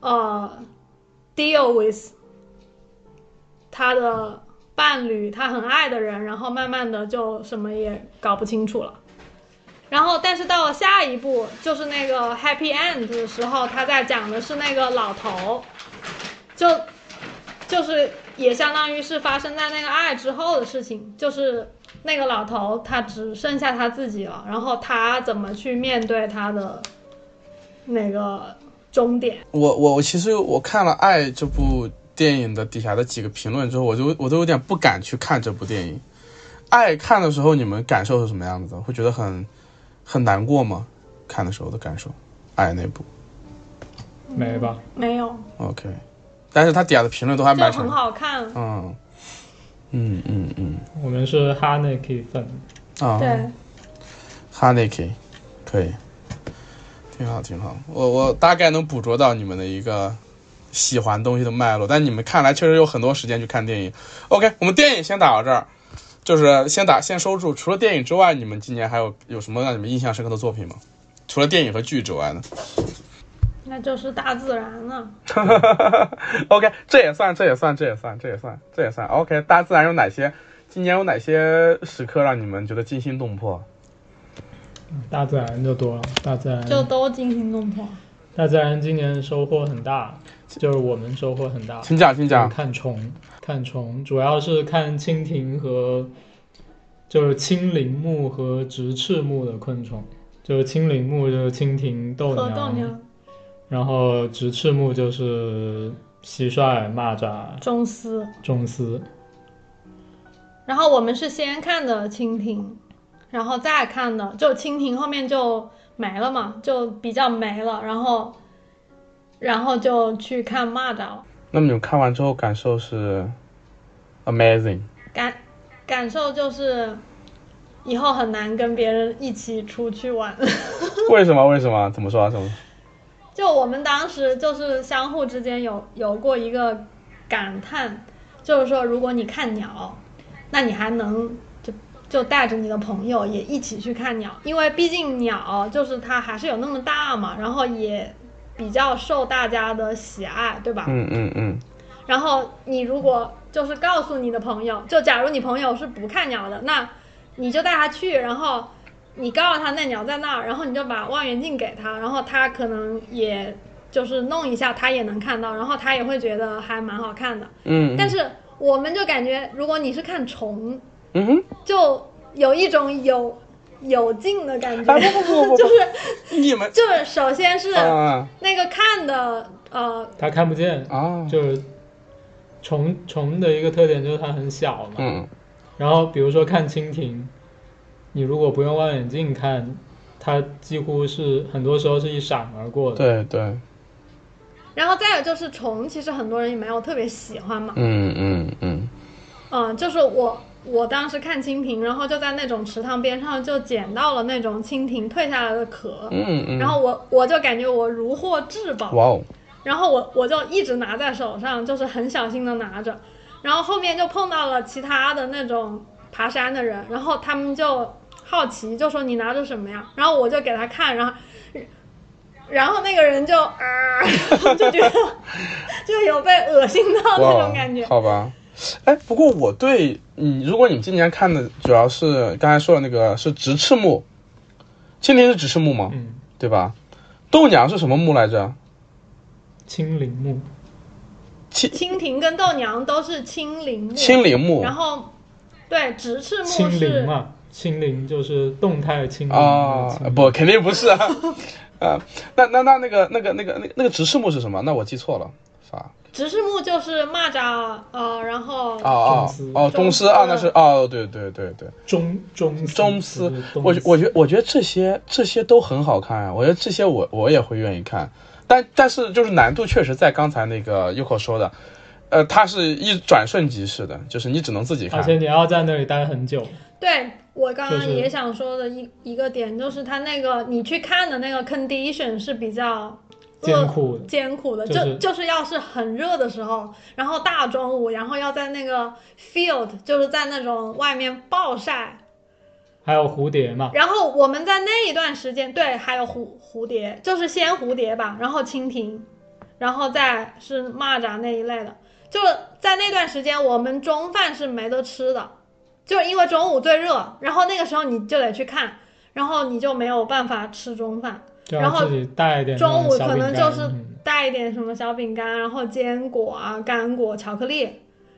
[SPEAKER 2] 呃 deal with 他的伴侣，他很爱的人，然后慢慢的就什么也搞不清楚了。然后，但是到了下一步，就是那个 happy end 的时候，他在讲的是那个老头，就就是也相当于是发生在那个爱之后的事情，就是那个老头他只剩下他自己了，然后他怎么去面对他的那个终点？
[SPEAKER 1] 我我我其实我看了《爱》这部电影的底下的几个评论之后，我就我都有点不敢去看这部电影。《爱》看的时候，你们感受是什么样子的？会觉得很很难过吗？看的时候的感受，《爱》那部
[SPEAKER 3] 没吧？
[SPEAKER 2] 没有，
[SPEAKER 1] ，OK，但是他底下的评论都还
[SPEAKER 2] 就
[SPEAKER 1] 蛮
[SPEAKER 2] 很
[SPEAKER 1] 长，
[SPEAKER 2] 好看。
[SPEAKER 1] 嗯，嗯嗯嗯，
[SPEAKER 3] 我们是 Haneke 粉，
[SPEAKER 1] 啊，
[SPEAKER 2] 对，
[SPEAKER 1] 哈内 K，可以，挺好挺好。我我大概能捕捉到你们的一个喜欢东西的脉络，但你们看来确实有很多时间去看电影。OK，我们电影先打到这儿，就是先打先收住。除了电影之外，你们今年还有有什么让你们印象深刻的作品吗？除了电影和剧之外呢
[SPEAKER 2] 那就是大自然了。
[SPEAKER 1] ？OK，这也算，这也算，这也算，这也算，这也算。OK，大自然有哪些？今年有哪些时刻让你们觉得惊心动魄？
[SPEAKER 3] 大自然就多了，大自然
[SPEAKER 2] 就都惊心动魄。
[SPEAKER 3] 大自然今年收获很大，就是我们收获很大。
[SPEAKER 1] 请讲，请讲。
[SPEAKER 3] 看虫，看虫，主要是看蜻蜓和就是青鳞目和直翅目的昆虫，就是青鳞目就是蜻蜓、豆
[SPEAKER 2] 和
[SPEAKER 3] 娘，
[SPEAKER 2] 豆娘、
[SPEAKER 3] 然后直翅目就是蟋蟀、蚂蚱、
[SPEAKER 2] 中丝，
[SPEAKER 3] 螽斯。
[SPEAKER 2] 然后我们是先看的蜻蜓，然后再看的，就蜻蜓后面就没了嘛，就比较没了，然后，然后就去看蚂蚱，
[SPEAKER 1] 那么你们看完之后感受是 amazing，
[SPEAKER 2] 感感受就是以后很难跟别人一起出去玩。
[SPEAKER 1] 为什么？为什么？怎么说？怎么？
[SPEAKER 2] 就我们当时就是相互之间有有过一个感叹，就是说，如果你看鸟，那你还能就就带着你的朋友也一起去看鸟，因为毕竟鸟就是它还是有那么大嘛，然后也比较受大家的喜爱，对吧？
[SPEAKER 1] 嗯嗯嗯
[SPEAKER 2] 然后你如果就是告诉你的朋友，就假如你朋友是不看鸟的，那你就带他去，然后你告诉他那鸟在那儿，然后你就把望远镜给他，然后他可能也就是弄一下，他也能看到，然后他也会觉得还蛮好看的。
[SPEAKER 1] 嗯。
[SPEAKER 2] 但
[SPEAKER 1] 是，
[SPEAKER 2] 是我们就感觉，如果你是看虫，
[SPEAKER 1] 嗯哼，
[SPEAKER 2] 就有一种有有劲的感觉，
[SPEAKER 1] 啊不不不不不
[SPEAKER 2] 就是
[SPEAKER 1] 你们
[SPEAKER 2] 就是首先是
[SPEAKER 1] 啊
[SPEAKER 2] 那个看的呃
[SPEAKER 3] 它看不见，
[SPEAKER 1] 啊，
[SPEAKER 3] 就是虫虫的一个特点就是它很小嘛。
[SPEAKER 1] 嗯
[SPEAKER 3] 然后比如说看蜻蜓，你如果不用望远镜看，它几乎是很多时候是一闪而过的。
[SPEAKER 1] 对对，
[SPEAKER 2] 然后再有就是虫，其实很多人也没有特别喜欢嘛。
[SPEAKER 1] 嗯嗯嗯
[SPEAKER 2] 嗯，就是我我当时看蜻蜓，然后就在那种池塘边上就捡到了那种蜻蜓蜕下来的壳，
[SPEAKER 1] 嗯嗯。
[SPEAKER 2] 然后我我就感觉我如获至宝，
[SPEAKER 1] 哇哦，
[SPEAKER 2] 然后我我就一直拿在手上，就是很小心的拿着，然后后面就碰到了其他的那种爬山的人，然后他们就好奇，就说你拿着什么呀？然后我就给他看，然后。然后那个人就啊、 就觉得 就有被恶心到
[SPEAKER 1] 哇
[SPEAKER 2] 那
[SPEAKER 1] 哦
[SPEAKER 2] 种感觉，
[SPEAKER 1] 好吧。哎，不过我对你，如果你今年看的主要是刚才说的那个是直翅目，蜻蜓是直翅目吗？
[SPEAKER 3] 嗯，
[SPEAKER 1] 对吧？豆娘是什么目来着？
[SPEAKER 3] 青鳞目，
[SPEAKER 1] 蜻
[SPEAKER 2] 蜻蜓跟豆娘都是青鳞目，
[SPEAKER 1] 蜻蜓目
[SPEAKER 2] 然后对直翅目
[SPEAKER 3] 青
[SPEAKER 2] 是
[SPEAKER 3] 鳞嘛，青鳞就是动态青鳞
[SPEAKER 1] 啊、
[SPEAKER 3] 那个青
[SPEAKER 1] 不，肯定不是啊。 啊，那那那那个那个那个那个那个直视目是什么？那我记错了。法
[SPEAKER 2] 直翅目就是蚂蚱，呃，然后
[SPEAKER 1] 哦哦
[SPEAKER 3] 中丝
[SPEAKER 1] 哦，
[SPEAKER 2] 中
[SPEAKER 1] 中
[SPEAKER 2] 丝
[SPEAKER 1] 丝啊，那是哦，对对对对，
[SPEAKER 3] 中中
[SPEAKER 1] 中
[SPEAKER 3] 丝
[SPEAKER 1] 丝
[SPEAKER 3] 就是，动
[SPEAKER 1] 我
[SPEAKER 3] 丝
[SPEAKER 1] 我觉我觉得这些这些都很好看啊，我觉得这些我我也会愿意看，但但是就是难度确实在刚才那个 Uko 说的，呃，它是一转瞬即逝的，就是你只能自己
[SPEAKER 3] 而
[SPEAKER 1] 看，
[SPEAKER 3] 且你要在那里待很久，
[SPEAKER 2] 对我刚
[SPEAKER 3] 就
[SPEAKER 2] 刚
[SPEAKER 3] 是
[SPEAKER 2] 也想说的一一个点就是它那个你去看的那个 condition 是比较。
[SPEAKER 3] 艰
[SPEAKER 2] 恶
[SPEAKER 3] 苦的
[SPEAKER 2] 艰苦的，
[SPEAKER 3] 就
[SPEAKER 2] 就是就是要是很热的时候，然后大中午，然后要在那个 field，就是在那种外面暴晒，
[SPEAKER 3] 还有蝴蝶嘛，
[SPEAKER 2] 然后我们在那一段时间，对，还有蝴蝴蝶，就是先蝴蝶吧，然后蜻蜓，然后再是蚂蚱那一类的。就在那段时间，我们中饭是没得吃的，就因为中午最热，然后那个时候你就得去看，然后你就没有办法吃中饭。
[SPEAKER 3] 就
[SPEAKER 2] 然
[SPEAKER 3] 要
[SPEAKER 2] 后
[SPEAKER 3] 自己带一点那
[SPEAKER 2] 中
[SPEAKER 3] 种
[SPEAKER 2] 午
[SPEAKER 3] 小
[SPEAKER 2] 可
[SPEAKER 3] 饼
[SPEAKER 2] 能
[SPEAKER 3] 干。
[SPEAKER 2] 就是
[SPEAKER 3] 嗯
[SPEAKER 2] 带一点什么小饼干，然后坚果啊、干果、巧克力，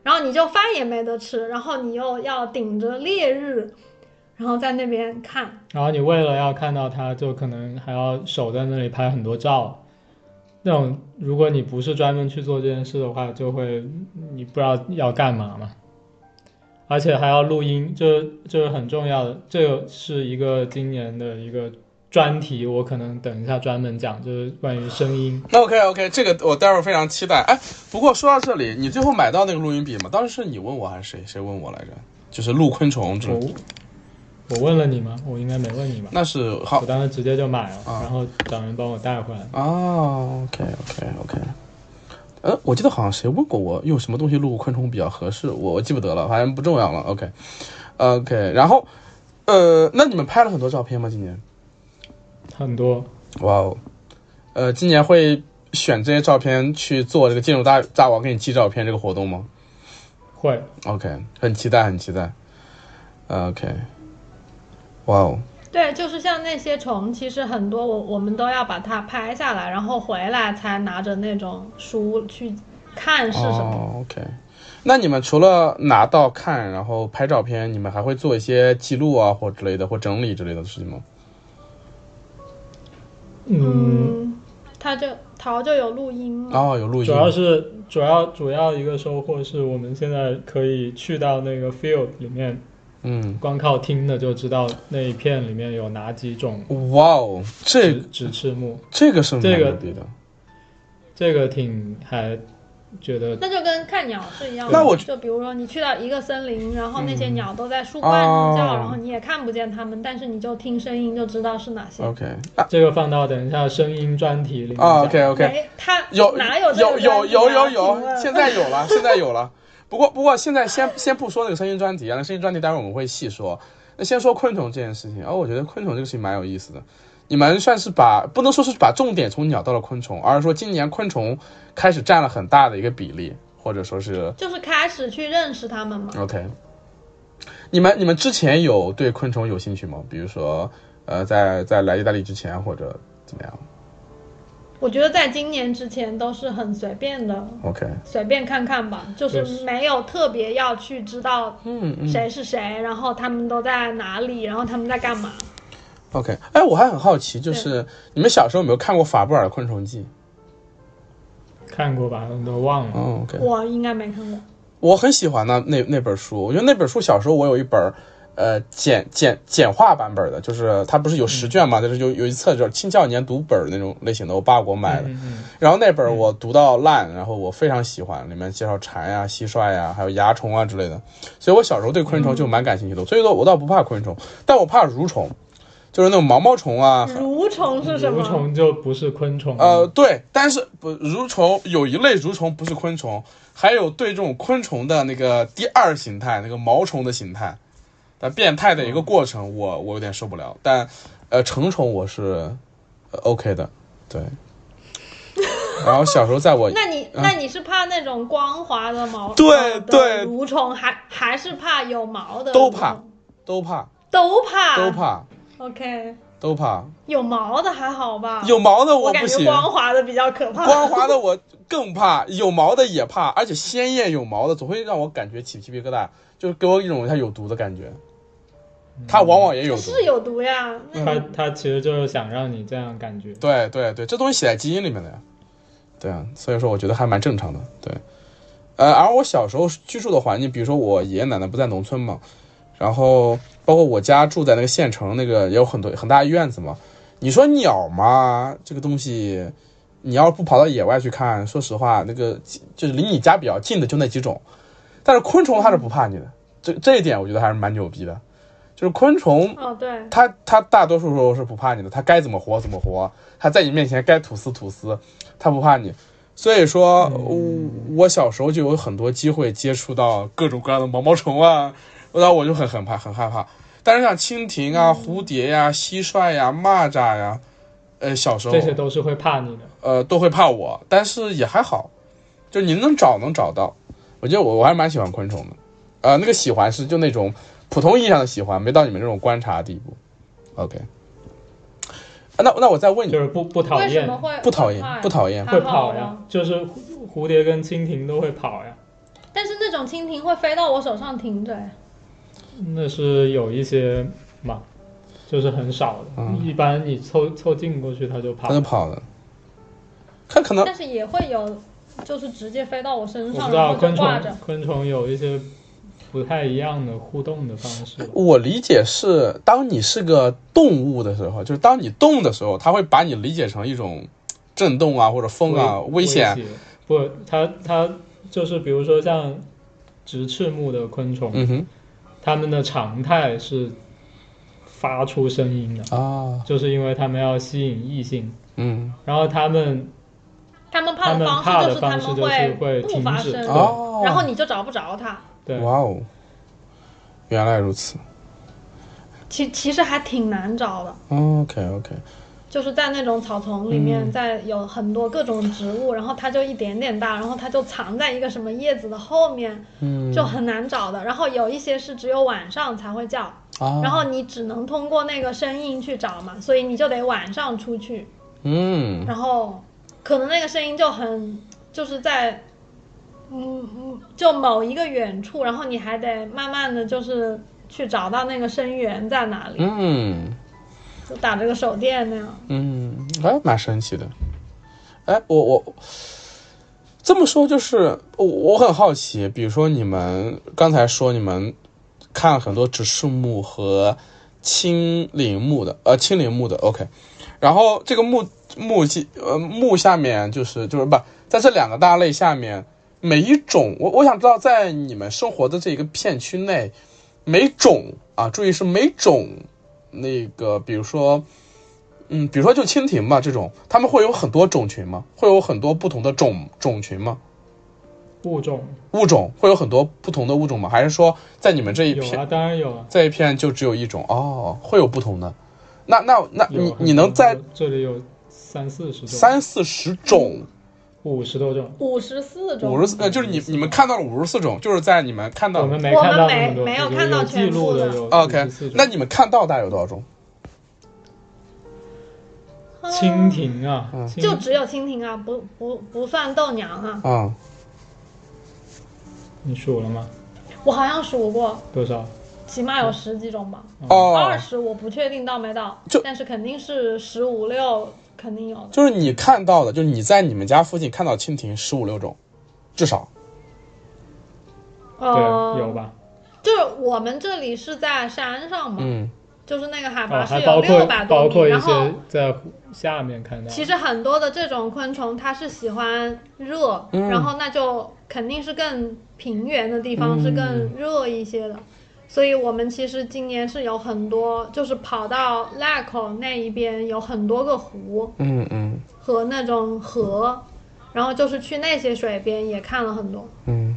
[SPEAKER 2] 然后你就饭也没得吃，然后你又要顶着烈日，然后在那边看。
[SPEAKER 3] 然后你为了要看到它，就可能还要守在那里拍很多照。那种如果你不是专门去做这件事的话，就会你不知道要干嘛嘛。而且还要录音，这这是很重要的，这个是一个今年的一个专题，我可能等一下专门讲，就是关于声音。
[SPEAKER 1] 那 OK OK，这个我待会儿非常期待。哎，不过说到这里，你最后买到那个录音笔吗？当时是你问我还是谁谁问我来着？就是录昆虫之类的。
[SPEAKER 3] 我我问了你吗？我应该没问你吧？
[SPEAKER 1] 那是好
[SPEAKER 3] 我当时直接就买了，
[SPEAKER 1] 啊
[SPEAKER 3] 然后找人帮我带回来。
[SPEAKER 1] 哦 OK OK OK。呃，我记得好像谁问过我用什么东西录昆虫比较合适，我我记不得了，反正不重要了。OK OK，然后呃，那你们拍了很多照片吗？今年？
[SPEAKER 3] 很多
[SPEAKER 1] 哇哦，呃，今年会选这些照片去做这个建筑大大王给你寄照片这个活动吗？
[SPEAKER 3] 会，
[SPEAKER 1] OK，很期待，很期待。呃 OK，哇哦，
[SPEAKER 2] 对，就是像那些虫，其实很多我我们都要把它拍下来，然后回来才拿着那种书去看是什么。
[SPEAKER 1] 哦？OK，那你们除了拿到看，然后拍照片，你们还会做一些记录啊，或之类的，或整理之类的事情吗？
[SPEAKER 3] 嗯，
[SPEAKER 2] 嗯，他就陶就有录音嘛，
[SPEAKER 1] 哦，有录音，
[SPEAKER 3] 主要是主要主要一个收获是我们现在可以去到那个 field 里面，
[SPEAKER 1] 嗯，
[SPEAKER 3] 光靠听的就知道那一片里面有哪几种
[SPEAKER 1] 哇哦，这
[SPEAKER 3] 直直翅目，
[SPEAKER 1] 这个是蛮
[SPEAKER 3] 这个
[SPEAKER 1] 牛逼的。
[SPEAKER 3] 这个挺还觉得
[SPEAKER 2] 那就跟看鸟是一样的。
[SPEAKER 1] 那我
[SPEAKER 2] 就比如说你去到一个森林，然后那些鸟都在树
[SPEAKER 1] 嗯
[SPEAKER 2] 冠上叫，
[SPEAKER 1] 哦
[SPEAKER 2] 然后你也看不见它们，但是你就听声音就知道是哪些。
[SPEAKER 1] OK，啊
[SPEAKER 3] 这个放到等一下声音专题里面
[SPEAKER 1] 啊
[SPEAKER 3] 讲。
[SPEAKER 1] ，OK OK，
[SPEAKER 2] 没，他
[SPEAKER 1] 有
[SPEAKER 2] 哎哪有这
[SPEAKER 1] 有
[SPEAKER 2] 个
[SPEAKER 1] 有
[SPEAKER 2] 专辑啊
[SPEAKER 1] 有有
[SPEAKER 2] 请
[SPEAKER 1] 有，
[SPEAKER 2] 问
[SPEAKER 1] 现在有了， 现在有了。不过不过，现在先先不说那个声音专题啊，那声音专题待会儿我们会细说。那先说昆虫这件事情，哦，我觉得昆虫这个事情蛮有意思的。你们算是把不能说是把重点从鸟到了昆虫，而是说今年昆虫开始占了很大的一个比例，或者说是
[SPEAKER 2] 就是开始去认识它们嘛。
[SPEAKER 1] OK。你们你们之前有对昆虫有兴趣吗？比如说，呃，在在来意大利之前或者怎么样
[SPEAKER 2] 我觉得在今年之前都是很随便的，
[SPEAKER 1] ？OK，
[SPEAKER 2] 随便看看吧，就是
[SPEAKER 3] 就是
[SPEAKER 2] 没有特别要去知道
[SPEAKER 1] 嗯嗯。
[SPEAKER 2] 谁是谁，然后他们都在哪里，然后他们在干嘛。
[SPEAKER 1] OK，哎，我还很好奇，就是你们小时候有没有看过法布尔的《昆虫记
[SPEAKER 3] 看过吧，都忘》了。
[SPEAKER 1] 哦？OK，
[SPEAKER 2] 我应该没看过。
[SPEAKER 1] 我很喜欢那那那本书，我觉得那本书小时候我有一本，呃，简简简化版本的，就是它不是有十卷嘛，就是有有一册就是青少年读本那种类型的，我爸给我买的。
[SPEAKER 3] 嗯嗯
[SPEAKER 1] 然后那本我读到烂，然后我非常喜欢，里面介绍蝉呀、蟋蟀呀、还有蚜虫啊之类的，所以我小时候对昆虫
[SPEAKER 3] 嗯
[SPEAKER 1] 就蛮感兴趣的。所以说我倒不怕昆虫，但我怕蠕虫，就是那种毛毛虫啊，
[SPEAKER 2] 蠕虫是什
[SPEAKER 3] 嗯，
[SPEAKER 2] 么？
[SPEAKER 3] 蠕虫就不是昆虫。
[SPEAKER 1] 呃，，对，但是不蠕虫有一类蠕虫不是昆虫，还有对这种昆虫的那个第二形态，那个毛虫的形态，它变态的一
[SPEAKER 2] 嗯
[SPEAKER 1] 个过程，我我有点受不了。但呃，成虫我是、呃 OK 的， 对。然后小时候在我
[SPEAKER 2] 那你那你是怕那种光滑的毛？
[SPEAKER 1] 嗯对
[SPEAKER 2] 呃的
[SPEAKER 1] 对
[SPEAKER 2] 蠕虫还还是怕有毛的？
[SPEAKER 1] 都怕，都怕
[SPEAKER 2] 都怕，
[SPEAKER 1] 都。怕
[SPEAKER 2] OK，
[SPEAKER 1] 都怕，
[SPEAKER 2] 有毛的还好吧？
[SPEAKER 1] 有毛的
[SPEAKER 2] 啊我
[SPEAKER 1] 不
[SPEAKER 2] 感觉
[SPEAKER 1] 行，
[SPEAKER 2] 光滑的比较可怕。
[SPEAKER 1] 光 滑的我更怕，有毛的也怕，而且鲜艳有毛的总会让我感觉起鸡皮疙瘩，就是给我一种它有毒的感觉。它往往也有毒。
[SPEAKER 2] 是有毒呀，那
[SPEAKER 3] 它
[SPEAKER 1] 嗯
[SPEAKER 3] 它其实就是想让你这样感觉。
[SPEAKER 1] 对对对，这东西写在基因里面的呀。对啊，所以说我觉得还蛮正常的。对，呃，而我小时候居住的环境，比如说我爷爷奶奶不在农村嘛，然后包括我家住在那个县城，那个也有很多很大院子嘛。你说鸟嘛，这个东西，你要不跑到野外去看，说实话，那个就是离你家比较近的就那几种，但是昆虫它是不怕你的，这这一点我觉得还是蛮牛逼的。就是昆虫
[SPEAKER 2] 哦对，
[SPEAKER 1] 它它大多数时候是不怕你的，它该怎么活怎么活，它在你面前该吐丝吐丝，它不怕你。所以说，
[SPEAKER 3] 嗯
[SPEAKER 1] 我我小时候就有很多机会接触到各种各样的毛毛虫啊，然后我就很很怕很害怕。但是像蜻蜓啊、蝴蝶呀、蟋蟀呀、蚂蚱呀，呃，小时候
[SPEAKER 3] 这些都是会怕你的。
[SPEAKER 1] 呃都会怕我，但是也还好，就你能找能找到。我觉得我我还蛮喜欢昆虫的，呃，那个喜欢是就那种普通意义上的喜欢，没到你们这种观察的地步。OK，、啊那那我再问你
[SPEAKER 3] 就，是不不讨
[SPEAKER 2] 为什
[SPEAKER 3] 厌
[SPEAKER 2] 么，会
[SPEAKER 1] 不讨厌
[SPEAKER 2] 怕呀
[SPEAKER 1] 不讨厌
[SPEAKER 2] 还
[SPEAKER 3] 会
[SPEAKER 2] 好
[SPEAKER 3] 跑
[SPEAKER 2] 吧
[SPEAKER 3] 呀，就是蝴蝴蝶跟蜻蜓都会跑呀。
[SPEAKER 2] 但是那种蜻蜓会飞到我手上停着，
[SPEAKER 3] 那是有一些嘛，就是很少的，
[SPEAKER 1] 嗯
[SPEAKER 3] 一般你凑凑近过去它就跑
[SPEAKER 1] 它就。跑了，它可能
[SPEAKER 2] 但是也会有，就是直接飞到我身
[SPEAKER 3] 我
[SPEAKER 2] 上，
[SPEAKER 3] 不知
[SPEAKER 2] 然
[SPEAKER 3] 道
[SPEAKER 2] 后就
[SPEAKER 3] 昆虫
[SPEAKER 2] 挂着。
[SPEAKER 3] 昆虫有一些不太一样的互动的方式吧。
[SPEAKER 1] 我理解是，当你是个动物的时候，就是当你动的时候，它会把你理解成一种震动啊，或者风啊，
[SPEAKER 3] 危
[SPEAKER 1] 危险。
[SPEAKER 3] 不，它它就是比如说像直翅目的昆虫，
[SPEAKER 1] 嗯哼，
[SPEAKER 3] 它们的常态是发出声音的，
[SPEAKER 1] 啊，
[SPEAKER 3] 就是因为它们要吸引异性。
[SPEAKER 1] 嗯，
[SPEAKER 3] 然后它们
[SPEAKER 2] 他们怕
[SPEAKER 3] 它们怕
[SPEAKER 2] 方式就是
[SPEAKER 3] 的
[SPEAKER 2] 他
[SPEAKER 3] 方式
[SPEAKER 2] 们
[SPEAKER 3] 就是
[SPEAKER 2] 会不
[SPEAKER 3] 停
[SPEAKER 2] 发
[SPEAKER 3] 止，
[SPEAKER 2] 声，
[SPEAKER 3] 对、
[SPEAKER 1] 哦，
[SPEAKER 2] 然后你就找不着它。
[SPEAKER 3] 对，
[SPEAKER 1] 哇哦，原来如此。
[SPEAKER 2] 其其实还挺难找的，
[SPEAKER 1] OK OK，
[SPEAKER 2] 就是在那种草丛里
[SPEAKER 3] 嗯
[SPEAKER 2] 面，在有很多各种植物，然后它就一点点大，然后它就藏在一个什么叶子的后面，
[SPEAKER 1] 嗯，
[SPEAKER 2] 就很难找的。然后有一些是只有晚上才会叫，
[SPEAKER 1] 啊，
[SPEAKER 2] 然后你只能通过那个声音去找嘛，所以你就得晚上出去，
[SPEAKER 1] 嗯
[SPEAKER 2] 然后可能那个声音就很就是在。嗯嗯，就某一个远处，然后你还得慢慢的就是去找到那个声源在哪里，
[SPEAKER 1] 嗯
[SPEAKER 2] 就打这个手电那样。
[SPEAKER 1] 嗯，哎，蛮神奇的。哎，我我这么说就是我我很好奇，比如说你们刚才说你们看了很多指翅目和青鳞目的，呃，青鳞目的 OK，然后这个目目记呃目下面就是就是不在这两个大类下面，每一种我我想知道在你们生活的这个片区内，每种啊注意是每种那个比如说。嗯，比如说就蜻蜓吧，这种它们会有很多种群吗？会有很多不同的种种群吗？
[SPEAKER 3] 物种
[SPEAKER 1] 物种会有很多不同的物种吗？还是说在你们这一
[SPEAKER 3] 有
[SPEAKER 1] 片、
[SPEAKER 3] 啊，当然有啊，
[SPEAKER 1] 这一片就只有一种？哦，会有不同的。那那那
[SPEAKER 3] 有
[SPEAKER 1] 你
[SPEAKER 3] 很
[SPEAKER 1] 你能
[SPEAKER 3] 多
[SPEAKER 1] 在
[SPEAKER 3] 这里有三四十种，
[SPEAKER 1] 三四十种，
[SPEAKER 3] 五十多种，
[SPEAKER 2] 五十四种，
[SPEAKER 1] 五十呃，就是你你们看到了五十四种，就是在你们看到
[SPEAKER 3] 我
[SPEAKER 1] 的
[SPEAKER 3] 们没
[SPEAKER 2] 我
[SPEAKER 3] 看
[SPEAKER 2] 们
[SPEAKER 3] 到
[SPEAKER 2] 没
[SPEAKER 3] 嗯哦那么多，
[SPEAKER 2] 没有
[SPEAKER 3] 就是
[SPEAKER 2] 看到
[SPEAKER 3] 记
[SPEAKER 2] 全
[SPEAKER 3] 录
[SPEAKER 2] 部
[SPEAKER 3] 的
[SPEAKER 2] 的
[SPEAKER 3] 有
[SPEAKER 1] OK，
[SPEAKER 3] 54种
[SPEAKER 1] 那你们看到大概有多少种？
[SPEAKER 2] 嗯
[SPEAKER 3] 蜻蜓啊，
[SPEAKER 1] 嗯
[SPEAKER 3] 蜻
[SPEAKER 2] 就只有蜻蜓啊，不不不算豆娘啊，
[SPEAKER 3] 嗯
[SPEAKER 1] 啊、
[SPEAKER 3] 你数了吗？
[SPEAKER 2] 我好像数过，
[SPEAKER 3] 多少？
[SPEAKER 2] 起码有十几种吧，
[SPEAKER 1] 哦
[SPEAKER 2] 二，十我不确定到没到
[SPEAKER 1] 就，
[SPEAKER 2] 但是肯定是十五六肯定有的，
[SPEAKER 1] 就是你看到的，就是你在你们家附近看到蜻蜓十五六种，至少
[SPEAKER 2] 呃，
[SPEAKER 3] 对，有？吧？
[SPEAKER 2] 就是我们这里是在山上嘛，
[SPEAKER 1] 嗯
[SPEAKER 2] 就是那个海
[SPEAKER 3] 哦，
[SPEAKER 2] 拔是
[SPEAKER 3] 还
[SPEAKER 2] 有
[SPEAKER 3] 包
[SPEAKER 2] 六
[SPEAKER 3] 括
[SPEAKER 2] 百多
[SPEAKER 3] 包
[SPEAKER 2] 米，
[SPEAKER 3] 括一
[SPEAKER 2] 然后
[SPEAKER 3] 些在湖下面看到的，
[SPEAKER 2] 其实很多的这种昆虫，它是喜欢热，
[SPEAKER 1] 嗯
[SPEAKER 2] 然后那就肯定是更平原的地方
[SPEAKER 1] 嗯
[SPEAKER 2] 是更热一些的。所以我们其实今年是有很多，就是跑到拉口那一边有很多个湖
[SPEAKER 1] 嗯嗯
[SPEAKER 2] 和那种河，然后就是去那些水边也看了很多。
[SPEAKER 1] 嗯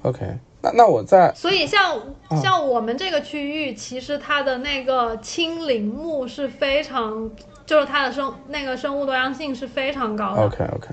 [SPEAKER 1] ，OK，那那我在
[SPEAKER 2] 所以像
[SPEAKER 1] 嗯
[SPEAKER 2] 像我们这个区域，其实它的那个青鳞目是非常，就是它的生那个生物多样性是非常高的。
[SPEAKER 1] OK OK，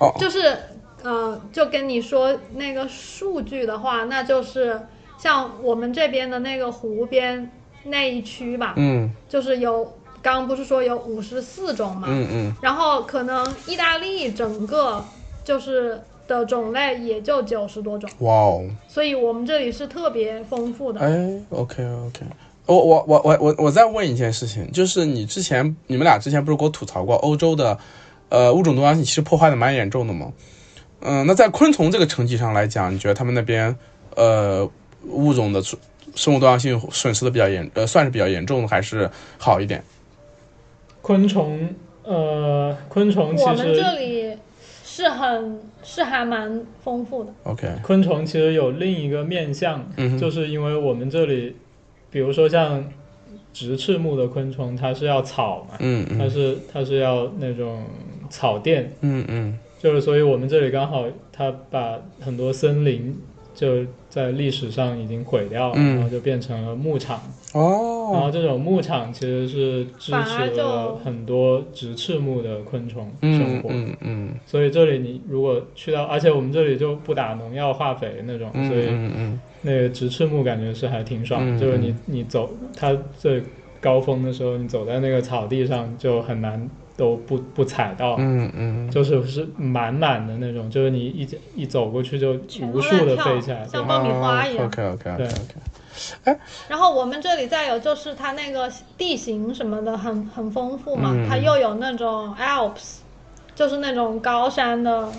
[SPEAKER 1] 哦，
[SPEAKER 2] 就是呃，就跟你说那个数据的话，那就是像我们这边的那个湖边那一区吧，
[SPEAKER 1] 嗯
[SPEAKER 2] 就是有刚刚不是说有五十四种嘛，
[SPEAKER 1] 嗯嗯
[SPEAKER 2] 然后可能意大利整个就是的种类也就九十多种，
[SPEAKER 1] 哇哦，
[SPEAKER 2] 所以我们这里是特别丰富的。
[SPEAKER 1] 哎，OK OK，我我我我我我再问一件事情，就是你之前你们俩之前不是给我吐槽过欧洲的，呃，物种多样性其实破坏的蛮严重的吗？嗯、那在昆虫这个成绩上来讲，你觉得他们那边呃物种的损生物多样性损失的比较严，呃，算是比较严重的，还是好一点？
[SPEAKER 3] 昆虫，呃，昆虫
[SPEAKER 2] 我
[SPEAKER 3] 其
[SPEAKER 2] 们这
[SPEAKER 3] 实
[SPEAKER 2] 里是很是还蛮丰富的，
[SPEAKER 1] OK，
[SPEAKER 3] 昆虫其实有另一个面向，
[SPEAKER 1] 嗯哼
[SPEAKER 3] 就是因为我们这里，比如说像直翅目的昆虫，它是要草嘛，
[SPEAKER 1] 嗯
[SPEAKER 3] 它
[SPEAKER 1] 嗯
[SPEAKER 3] 是它是要那种草垫，
[SPEAKER 1] 嗯嗯
[SPEAKER 3] 就是所以我们这里刚好它把很多森林就在历史上已经毁掉了，
[SPEAKER 1] 嗯
[SPEAKER 3] 然后就变成了牧场。然
[SPEAKER 1] 哦，
[SPEAKER 3] 后这种牧场其实是支
[SPEAKER 2] 反而
[SPEAKER 3] 持
[SPEAKER 2] 就
[SPEAKER 3] 了很多直翅目的昆虫生
[SPEAKER 1] 嗯
[SPEAKER 3] 活，
[SPEAKER 1] 嗯嗯
[SPEAKER 3] 所以这里你如果去到，而且我们这里就不打农药化肥那种，
[SPEAKER 1] 嗯
[SPEAKER 3] 所以
[SPEAKER 1] 嗯嗯
[SPEAKER 3] 那个直翅目感觉是还挺爽，
[SPEAKER 1] 嗯
[SPEAKER 3] 就是你你走它最高峰的时候，你走在那个草地上就很难都不不踩到，
[SPEAKER 1] 嗯嗯，
[SPEAKER 3] 就是是满满的那种，就是你一一走过去就
[SPEAKER 2] 全都
[SPEAKER 3] 无
[SPEAKER 2] 在
[SPEAKER 3] 数的
[SPEAKER 2] 跳
[SPEAKER 3] 飞起来，对
[SPEAKER 2] 像爆米花一样
[SPEAKER 1] 啊 OK OK OK
[SPEAKER 3] 对
[SPEAKER 1] OK，
[SPEAKER 2] 然后我们这里再有就是它那个地形什么的很很丰富嘛，
[SPEAKER 1] 嗯
[SPEAKER 2] 它又有那种 Alps，就是那种高山的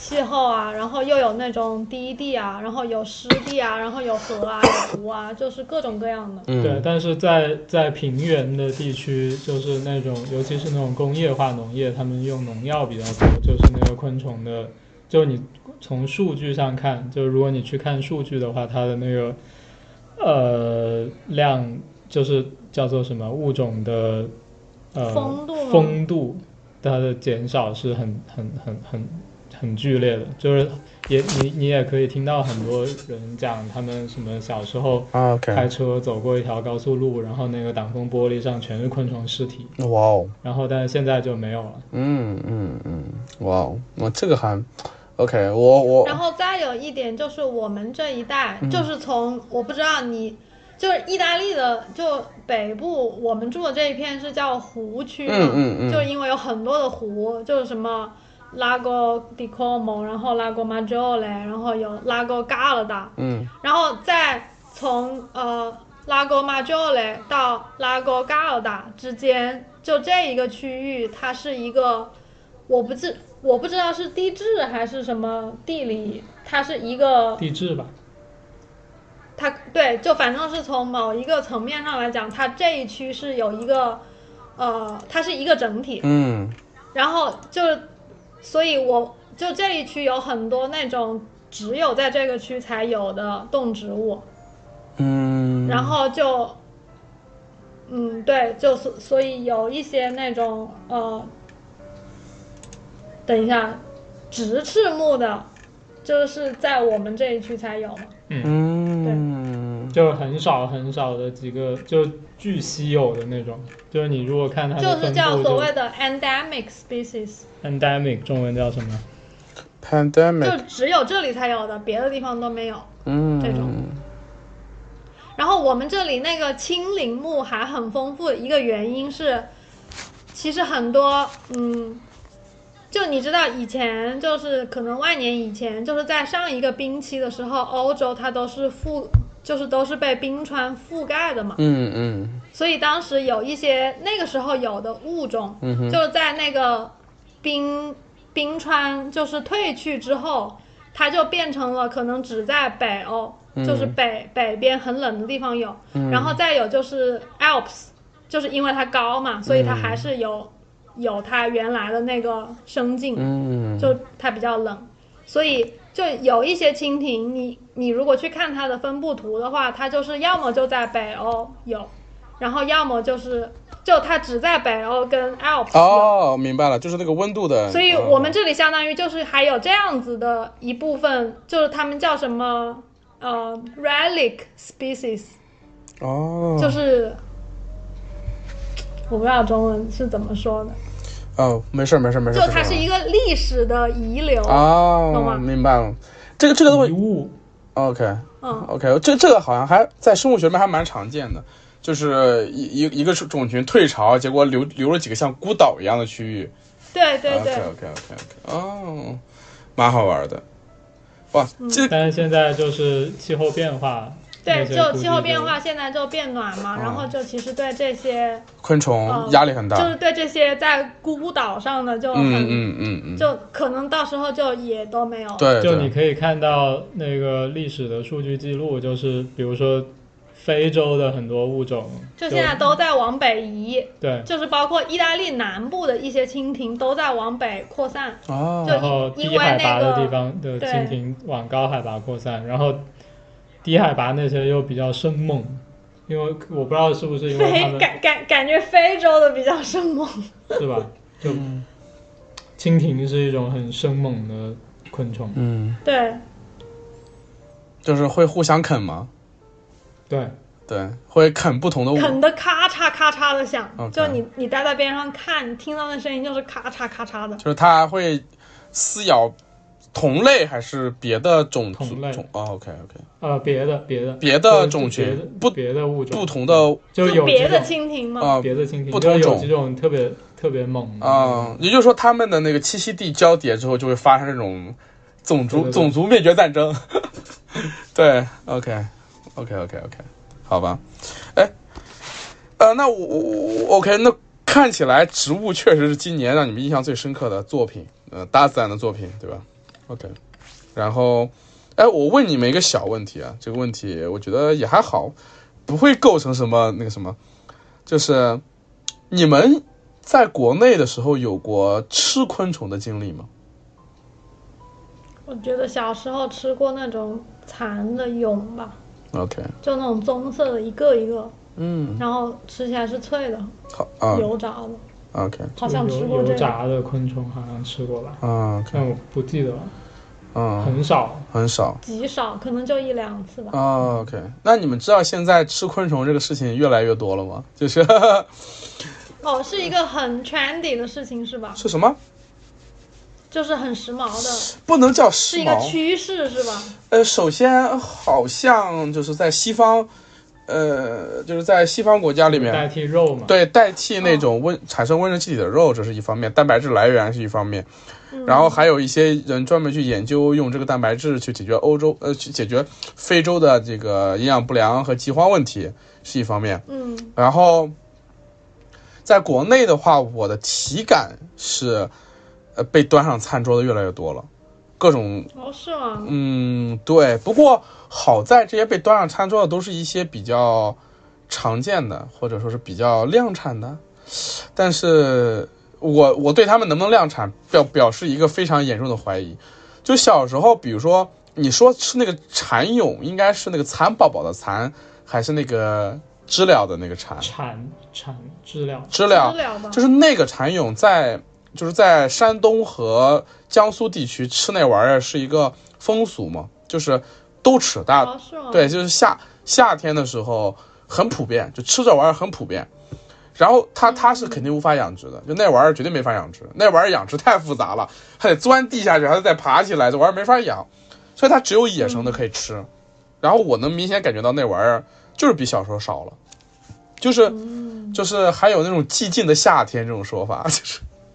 [SPEAKER 2] 气候啊，然后又有那种低地啊，然后有湿地啊，然后有河啊、有湖啊，就是各种各样的。
[SPEAKER 3] 对，
[SPEAKER 1] 嗯，
[SPEAKER 3] 但是在在平原的地区，就是那种尤其是那种工业化农业，他们用农药比较多，就是那个昆虫的，就你从数据上看，就如果你去看数据的话，它的那个呃量就是叫做什么物种的呃
[SPEAKER 2] 丰度吗
[SPEAKER 3] 丰度它的减少是很很很很很剧烈的，就是也你你也可以听到很多人讲他们什么小时候。
[SPEAKER 1] 啊
[SPEAKER 3] 开
[SPEAKER 1] ，OK，
[SPEAKER 3] 车走过一条高速路，然后那个挡风玻璃上全是昆虫尸体，
[SPEAKER 1] 哇哦，
[SPEAKER 3] 然后但是现在就没有了。
[SPEAKER 1] 嗯嗯嗯，哇哦，我这个还，OK，我我
[SPEAKER 2] 然后再有一点就是我们这一带，
[SPEAKER 1] 嗯
[SPEAKER 2] 就是从我不知道你，就是意大利的就北部，我们住的这一片是叫湖区嘛，
[SPEAKER 1] 嗯嗯嗯
[SPEAKER 2] 就因为有很多的湖，就是什么。拉戈迪科蒙，然后拉戈马吉奥雷，然后有拉戈嘎勒达，
[SPEAKER 1] 嗯
[SPEAKER 2] 然后再从呃拉戈马乔雷到拉戈嘎尔达之间，就这一个区域，它是一个我不知我不知道是地质还是什么地理，它是一个
[SPEAKER 3] 地质吧，
[SPEAKER 2] 它对，就反正是从某一个层面上来讲，它这一区是有一个呃，它是一个整体，
[SPEAKER 1] 嗯
[SPEAKER 2] 然后就是，所以我就这一区有很多那种只有在这个区才有的动植物，
[SPEAKER 1] 嗯，
[SPEAKER 2] 然后就，嗯，对，就所所以有一些那种呃，等一下，直翅目的，就是在我们这一区才有嘛。
[SPEAKER 1] 嗯，
[SPEAKER 3] 就很少很少的几个，就巨稀有的那种。就是你如果看它的
[SPEAKER 2] 就
[SPEAKER 3] 分
[SPEAKER 2] 是
[SPEAKER 3] 布，
[SPEAKER 2] 叫所谓的 endemic species，
[SPEAKER 3] endemic，中文叫什么？
[SPEAKER 2] 就
[SPEAKER 1] pandemic，
[SPEAKER 2] 只有这里才有的，别的地方都没有。
[SPEAKER 1] 嗯，
[SPEAKER 2] 这种然后我们这里那个青林木还很丰富，一个原因是，其实很多嗯，就你知道以前就是可能万年以前，就是在上一个冰期的时候，欧洲它都是覆，就是都是被冰川覆盖的嘛，
[SPEAKER 1] 嗯嗯
[SPEAKER 2] 所以当时有一些那个时候有的物种，
[SPEAKER 1] 嗯哼
[SPEAKER 2] 就是在那个冰冰川就是退去之后，它就变成了可能只在北欧，
[SPEAKER 1] 嗯
[SPEAKER 2] 就是北、北边很冷的地方有，然后再有就是 Alps，就是因为它高嘛，所以
[SPEAKER 1] 嗯
[SPEAKER 2] 它还是有、有它原来的那个生境，
[SPEAKER 1] 嗯，
[SPEAKER 2] 就它比较冷，所以就有一些蜻蜓，你你如果去看它的分布图的话，它就是要么就在北欧有，然后要么就是就它只在北欧跟 Alps 有。
[SPEAKER 1] 哦，明白了，就是那个温度的，
[SPEAKER 2] 所以我们这里相当于就是还有这样子的一部分，就是他们叫什么呃 relic species，
[SPEAKER 1] 哦，
[SPEAKER 2] 就是我不知道中文是怎么说的，
[SPEAKER 1] 哦，没事儿没事儿没事
[SPEAKER 2] 就
[SPEAKER 1] 儿，
[SPEAKER 2] 它是一个历史的遗留，懂
[SPEAKER 1] 哦
[SPEAKER 2] 吗，
[SPEAKER 1] 明白了，这个这个东西
[SPEAKER 3] 遗物，
[SPEAKER 1] ，OK，
[SPEAKER 2] 嗯，
[SPEAKER 1] OK，这这个好像还在生物学里面还蛮常见的，就是一一一个种群退潮，结果留留了几个像孤岛一样的区域。
[SPEAKER 2] 对对
[SPEAKER 1] OK
[SPEAKER 2] 对，
[SPEAKER 1] OK OK OK，哦，蛮好玩的。哇，
[SPEAKER 2] 嗯
[SPEAKER 1] 这
[SPEAKER 3] 但是现在就是气候变化，
[SPEAKER 2] 对，
[SPEAKER 3] 那些
[SPEAKER 2] 就
[SPEAKER 3] 估计啊
[SPEAKER 2] 气候变化，现在就变暖嘛，然后就其实对这些
[SPEAKER 1] 昆虫
[SPEAKER 2] 嗯
[SPEAKER 1] 压力很大。
[SPEAKER 2] 就是对这些在孤岛上的就
[SPEAKER 1] 嗯
[SPEAKER 2] 很
[SPEAKER 1] 嗯嗯嗯，
[SPEAKER 2] 就可能到时候就也都没有了，
[SPEAKER 1] 对
[SPEAKER 3] 就
[SPEAKER 1] 对，
[SPEAKER 3] 你可以看到那个历史的数据记录，就是比如说非洲的很多物种，
[SPEAKER 2] 就现在都在往北移。
[SPEAKER 3] 对，
[SPEAKER 2] 就是包括意大利南部的一些蜻蜓都在往北扩散，
[SPEAKER 1] 哦，
[SPEAKER 2] 就
[SPEAKER 3] 然后
[SPEAKER 2] 因
[SPEAKER 3] 低
[SPEAKER 2] 为
[SPEAKER 3] 海
[SPEAKER 2] 那
[SPEAKER 3] 拔的
[SPEAKER 2] 个
[SPEAKER 3] 地方的
[SPEAKER 2] 对
[SPEAKER 3] 蜻蜓往高海拔扩散，然后低海拔那些又比较生猛，因为我不知道是不是因为他
[SPEAKER 2] 非
[SPEAKER 3] 们
[SPEAKER 2] 感感感觉非洲的比较生猛，
[SPEAKER 3] 是吧？就蜻蜓是一种很生猛的昆虫，
[SPEAKER 1] 嗯，
[SPEAKER 2] 对，
[SPEAKER 1] 就是会互相啃嘛，
[SPEAKER 3] 对，
[SPEAKER 1] 对，会啃不同
[SPEAKER 3] 哦
[SPEAKER 1] 的物。
[SPEAKER 2] 啃得咔嚓咔嚓的响
[SPEAKER 1] OK
[SPEAKER 2] 就你你待在边上看，你听到那声音就是咔嚓咔嚓的，
[SPEAKER 1] 就是它还会撕咬同类还是别的种族
[SPEAKER 3] 同类
[SPEAKER 1] 种？哦，OK OK，
[SPEAKER 3] 呃，别的别的
[SPEAKER 1] 别的
[SPEAKER 3] 就
[SPEAKER 1] 种
[SPEAKER 3] 别
[SPEAKER 1] 群
[SPEAKER 3] 的
[SPEAKER 1] 不
[SPEAKER 3] 别的物种
[SPEAKER 1] 不同的
[SPEAKER 3] 就有
[SPEAKER 2] 别
[SPEAKER 3] 几
[SPEAKER 2] 的
[SPEAKER 3] 种哦
[SPEAKER 2] 蜻蜓嘛，
[SPEAKER 1] 啊
[SPEAKER 3] 别的蜻蜓，
[SPEAKER 1] 不
[SPEAKER 3] 就
[SPEAKER 1] 同
[SPEAKER 3] 有
[SPEAKER 1] 种
[SPEAKER 3] 几种特别特别猛的
[SPEAKER 1] 啊、也就是说，他们的那个栖息地交叠之后，就会发生这种种族
[SPEAKER 3] 对对对
[SPEAKER 1] 种族灭绝战争。 对，OK，OK，OK，OK，、好吧。哎，呃，那我我我 OK，那看起来植物确实是今年让你们印象最深刻的作品，呃，大自然的作品，对吧？ OK，然后，哎，我问你们一个小问题啊，这个问题我觉得也还好，不会构成什么那个什么，就是你们在国内的时候有过吃昆虫的经历吗？
[SPEAKER 2] 我觉得小时候吃过那种蚕的蛹吧，
[SPEAKER 1] OK，
[SPEAKER 2] 就那种棕色的，一个一个，
[SPEAKER 1] 嗯，
[SPEAKER 2] 然后吃起来是脆的，
[SPEAKER 1] 好啊
[SPEAKER 2] 油炸的，
[SPEAKER 1] ，OK，
[SPEAKER 2] 好像吃过
[SPEAKER 3] 油
[SPEAKER 2] 这
[SPEAKER 3] 油
[SPEAKER 2] 个。
[SPEAKER 3] 炸的昆虫，好像吃过吧？
[SPEAKER 1] 啊，OK，
[SPEAKER 3] 但我不记得了，
[SPEAKER 1] 嗯，
[SPEAKER 3] 很少。
[SPEAKER 1] 很少
[SPEAKER 2] 极少，可能就一两次吧。
[SPEAKER 1] 啊，OK。那你们知道现在吃昆虫这个事情越来越多了吗？就是
[SPEAKER 2] 哦，是一个很 trendy 的事情是吧？
[SPEAKER 1] 是什么
[SPEAKER 2] 就是很时髦的，
[SPEAKER 1] 不能叫
[SPEAKER 2] 是
[SPEAKER 1] 时
[SPEAKER 2] 一个
[SPEAKER 1] 髦？
[SPEAKER 2] 趋势是吧？
[SPEAKER 1] 呃，首先好像就是在西方，呃，就是在西方国家里面，
[SPEAKER 3] 代替肉嘛？
[SPEAKER 1] 对，代替那种温、产生温室气体的肉，这是一方面；蛋白质来源是一方面，然后还有一些人专门去研究用这个蛋白质去解决欧洲呃去解决非洲的这个营养不良和饥荒问题是一方面。
[SPEAKER 2] 嗯，
[SPEAKER 1] 然后在国内的话，我的体感是，呃，被端上餐桌的越来越多了，各种
[SPEAKER 2] 哦是吗？
[SPEAKER 1] 嗯，对。不过好在这些被端上餐桌的都是一些比较常见的，或者说是比较量产的。但是我我对他们能不能量产表表示一个非常严重的怀疑。就小时候，比如说你说吃那个蚕蛹，应该是那个蚕宝宝的蚕，还是那个知了的那个蚕？
[SPEAKER 3] 产产质量
[SPEAKER 1] 知了
[SPEAKER 2] 知，了吧？
[SPEAKER 1] 就是那个蚕蛹在就是在山东和江苏地区吃那玩意儿是一个风俗嘛，就是都吃，大家
[SPEAKER 2] 哦是吗？
[SPEAKER 1] 对，就是夏夏天的时候很普遍，就吃这玩意儿很普遍。然后它它是肯定无法养殖的，就那玩意儿绝对没法养殖，那玩意儿养殖太复杂了，还得钻地下去，还得再爬起来，这玩意儿没法养，所以它只有野生的可以吃。然后我能明显感觉到那玩意儿就是比小时候少了，就是
[SPEAKER 2] 嗯
[SPEAKER 1] 就是还有那种寂静的夏天这种说法，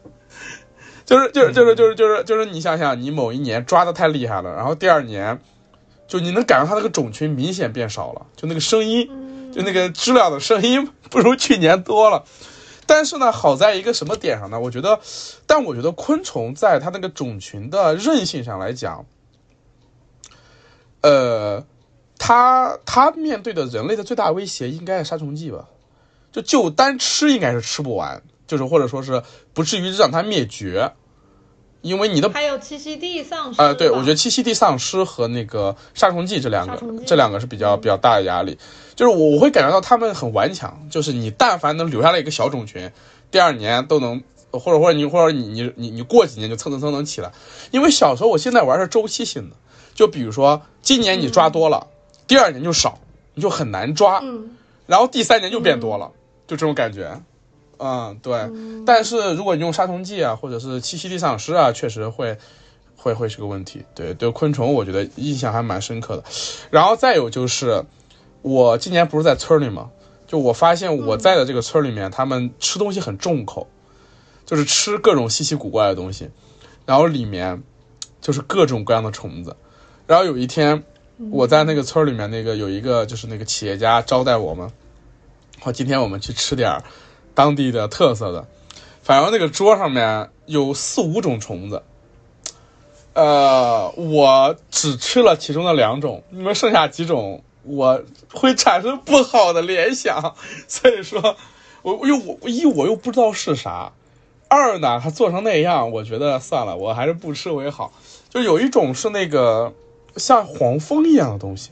[SPEAKER 1] 就是。就是就是就是就是就是就是你想想，你某一年抓的太厉害了，然后第二年，就你能感觉它那个种群明显变少了，就那个声音，
[SPEAKER 2] 嗯
[SPEAKER 1] 就那个知了的声音 不如去年多了。但是呢，好在一个什么点上呢？我觉得，但我觉得昆虫在它那个种群的韧性上来讲，呃，它它面对的人类的最大威胁应该是杀虫剂吧？就就单吃应该是吃不完，就是或者说是不至于让它灭绝，因为你的
[SPEAKER 2] 还有栖息地丧失
[SPEAKER 1] 啊，对，
[SPEAKER 2] 吧
[SPEAKER 1] 我觉得栖息地丧失和那个杀虫剂这两个
[SPEAKER 2] 杀虫剂，嗯
[SPEAKER 1] 这两个是比较比较大的压力。就是我我会感觉到他们很顽强，就是你但凡能留下来一个小种群，第二年都能，或者或者你或者你你你你过几年就蹭蹭蹭能起来。因为小时候我现在玩是周期性的，就比如说今年你抓多了，第二年就少，你就很难抓。
[SPEAKER 2] 嗯，
[SPEAKER 1] 然后第三年又变多了，就这种感觉。嗯，对。但是如果你用杀虫剂啊，或者是栖息地丧失啊，确实会会会是个问题。对对，昆虫我觉得印象还蛮深刻的。然后再有就是，我今年不是在村里嘛，就我发现我在的这个村里面，他们吃东西很重口，就是吃各种稀奇古怪的东西，然后里面就是各种各样的虫子。然后有一天，我在那个村里面，那个有一个就是那个企业家招待我们，好，今天我们去吃点儿当地的特色的。反正那个桌上面有四五种虫子，呃，我只吃了其中的两种，你们剩下几种我会产生不好的联想，所以说， 我我又我一我又不知道是啥，二呢它做成那样，我觉得算了，我还是不吃为好。就有一种是那个像黄蜂一样的东西，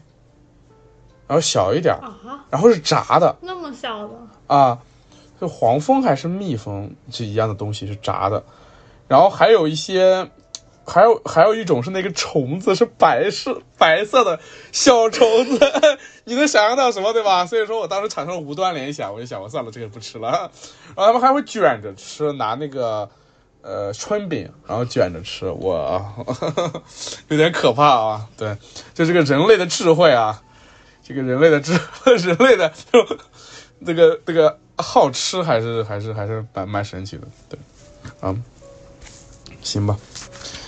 [SPEAKER 1] 然后小一点儿，
[SPEAKER 2] 啊，
[SPEAKER 1] 然后是炸的，
[SPEAKER 2] 那么小的，
[SPEAKER 1] 啊，就黄蜂还是蜜蜂是一样的东西是炸的，然后还有一些，还有还有一种是那个虫子是白色白色的小虫子， 你能想象到什么对吧？所以说我当时产生了无端联想，我就想我算了，这个不吃了。 然后他们还会卷着吃，拿那个。呃，春饼，然后卷着吃，我 啊有点可怕啊！对，就这个人类的智慧啊，这个人类的智， 人类的这种这个这个好吃还是还是还是蛮蛮神奇的，对，啊、行吧，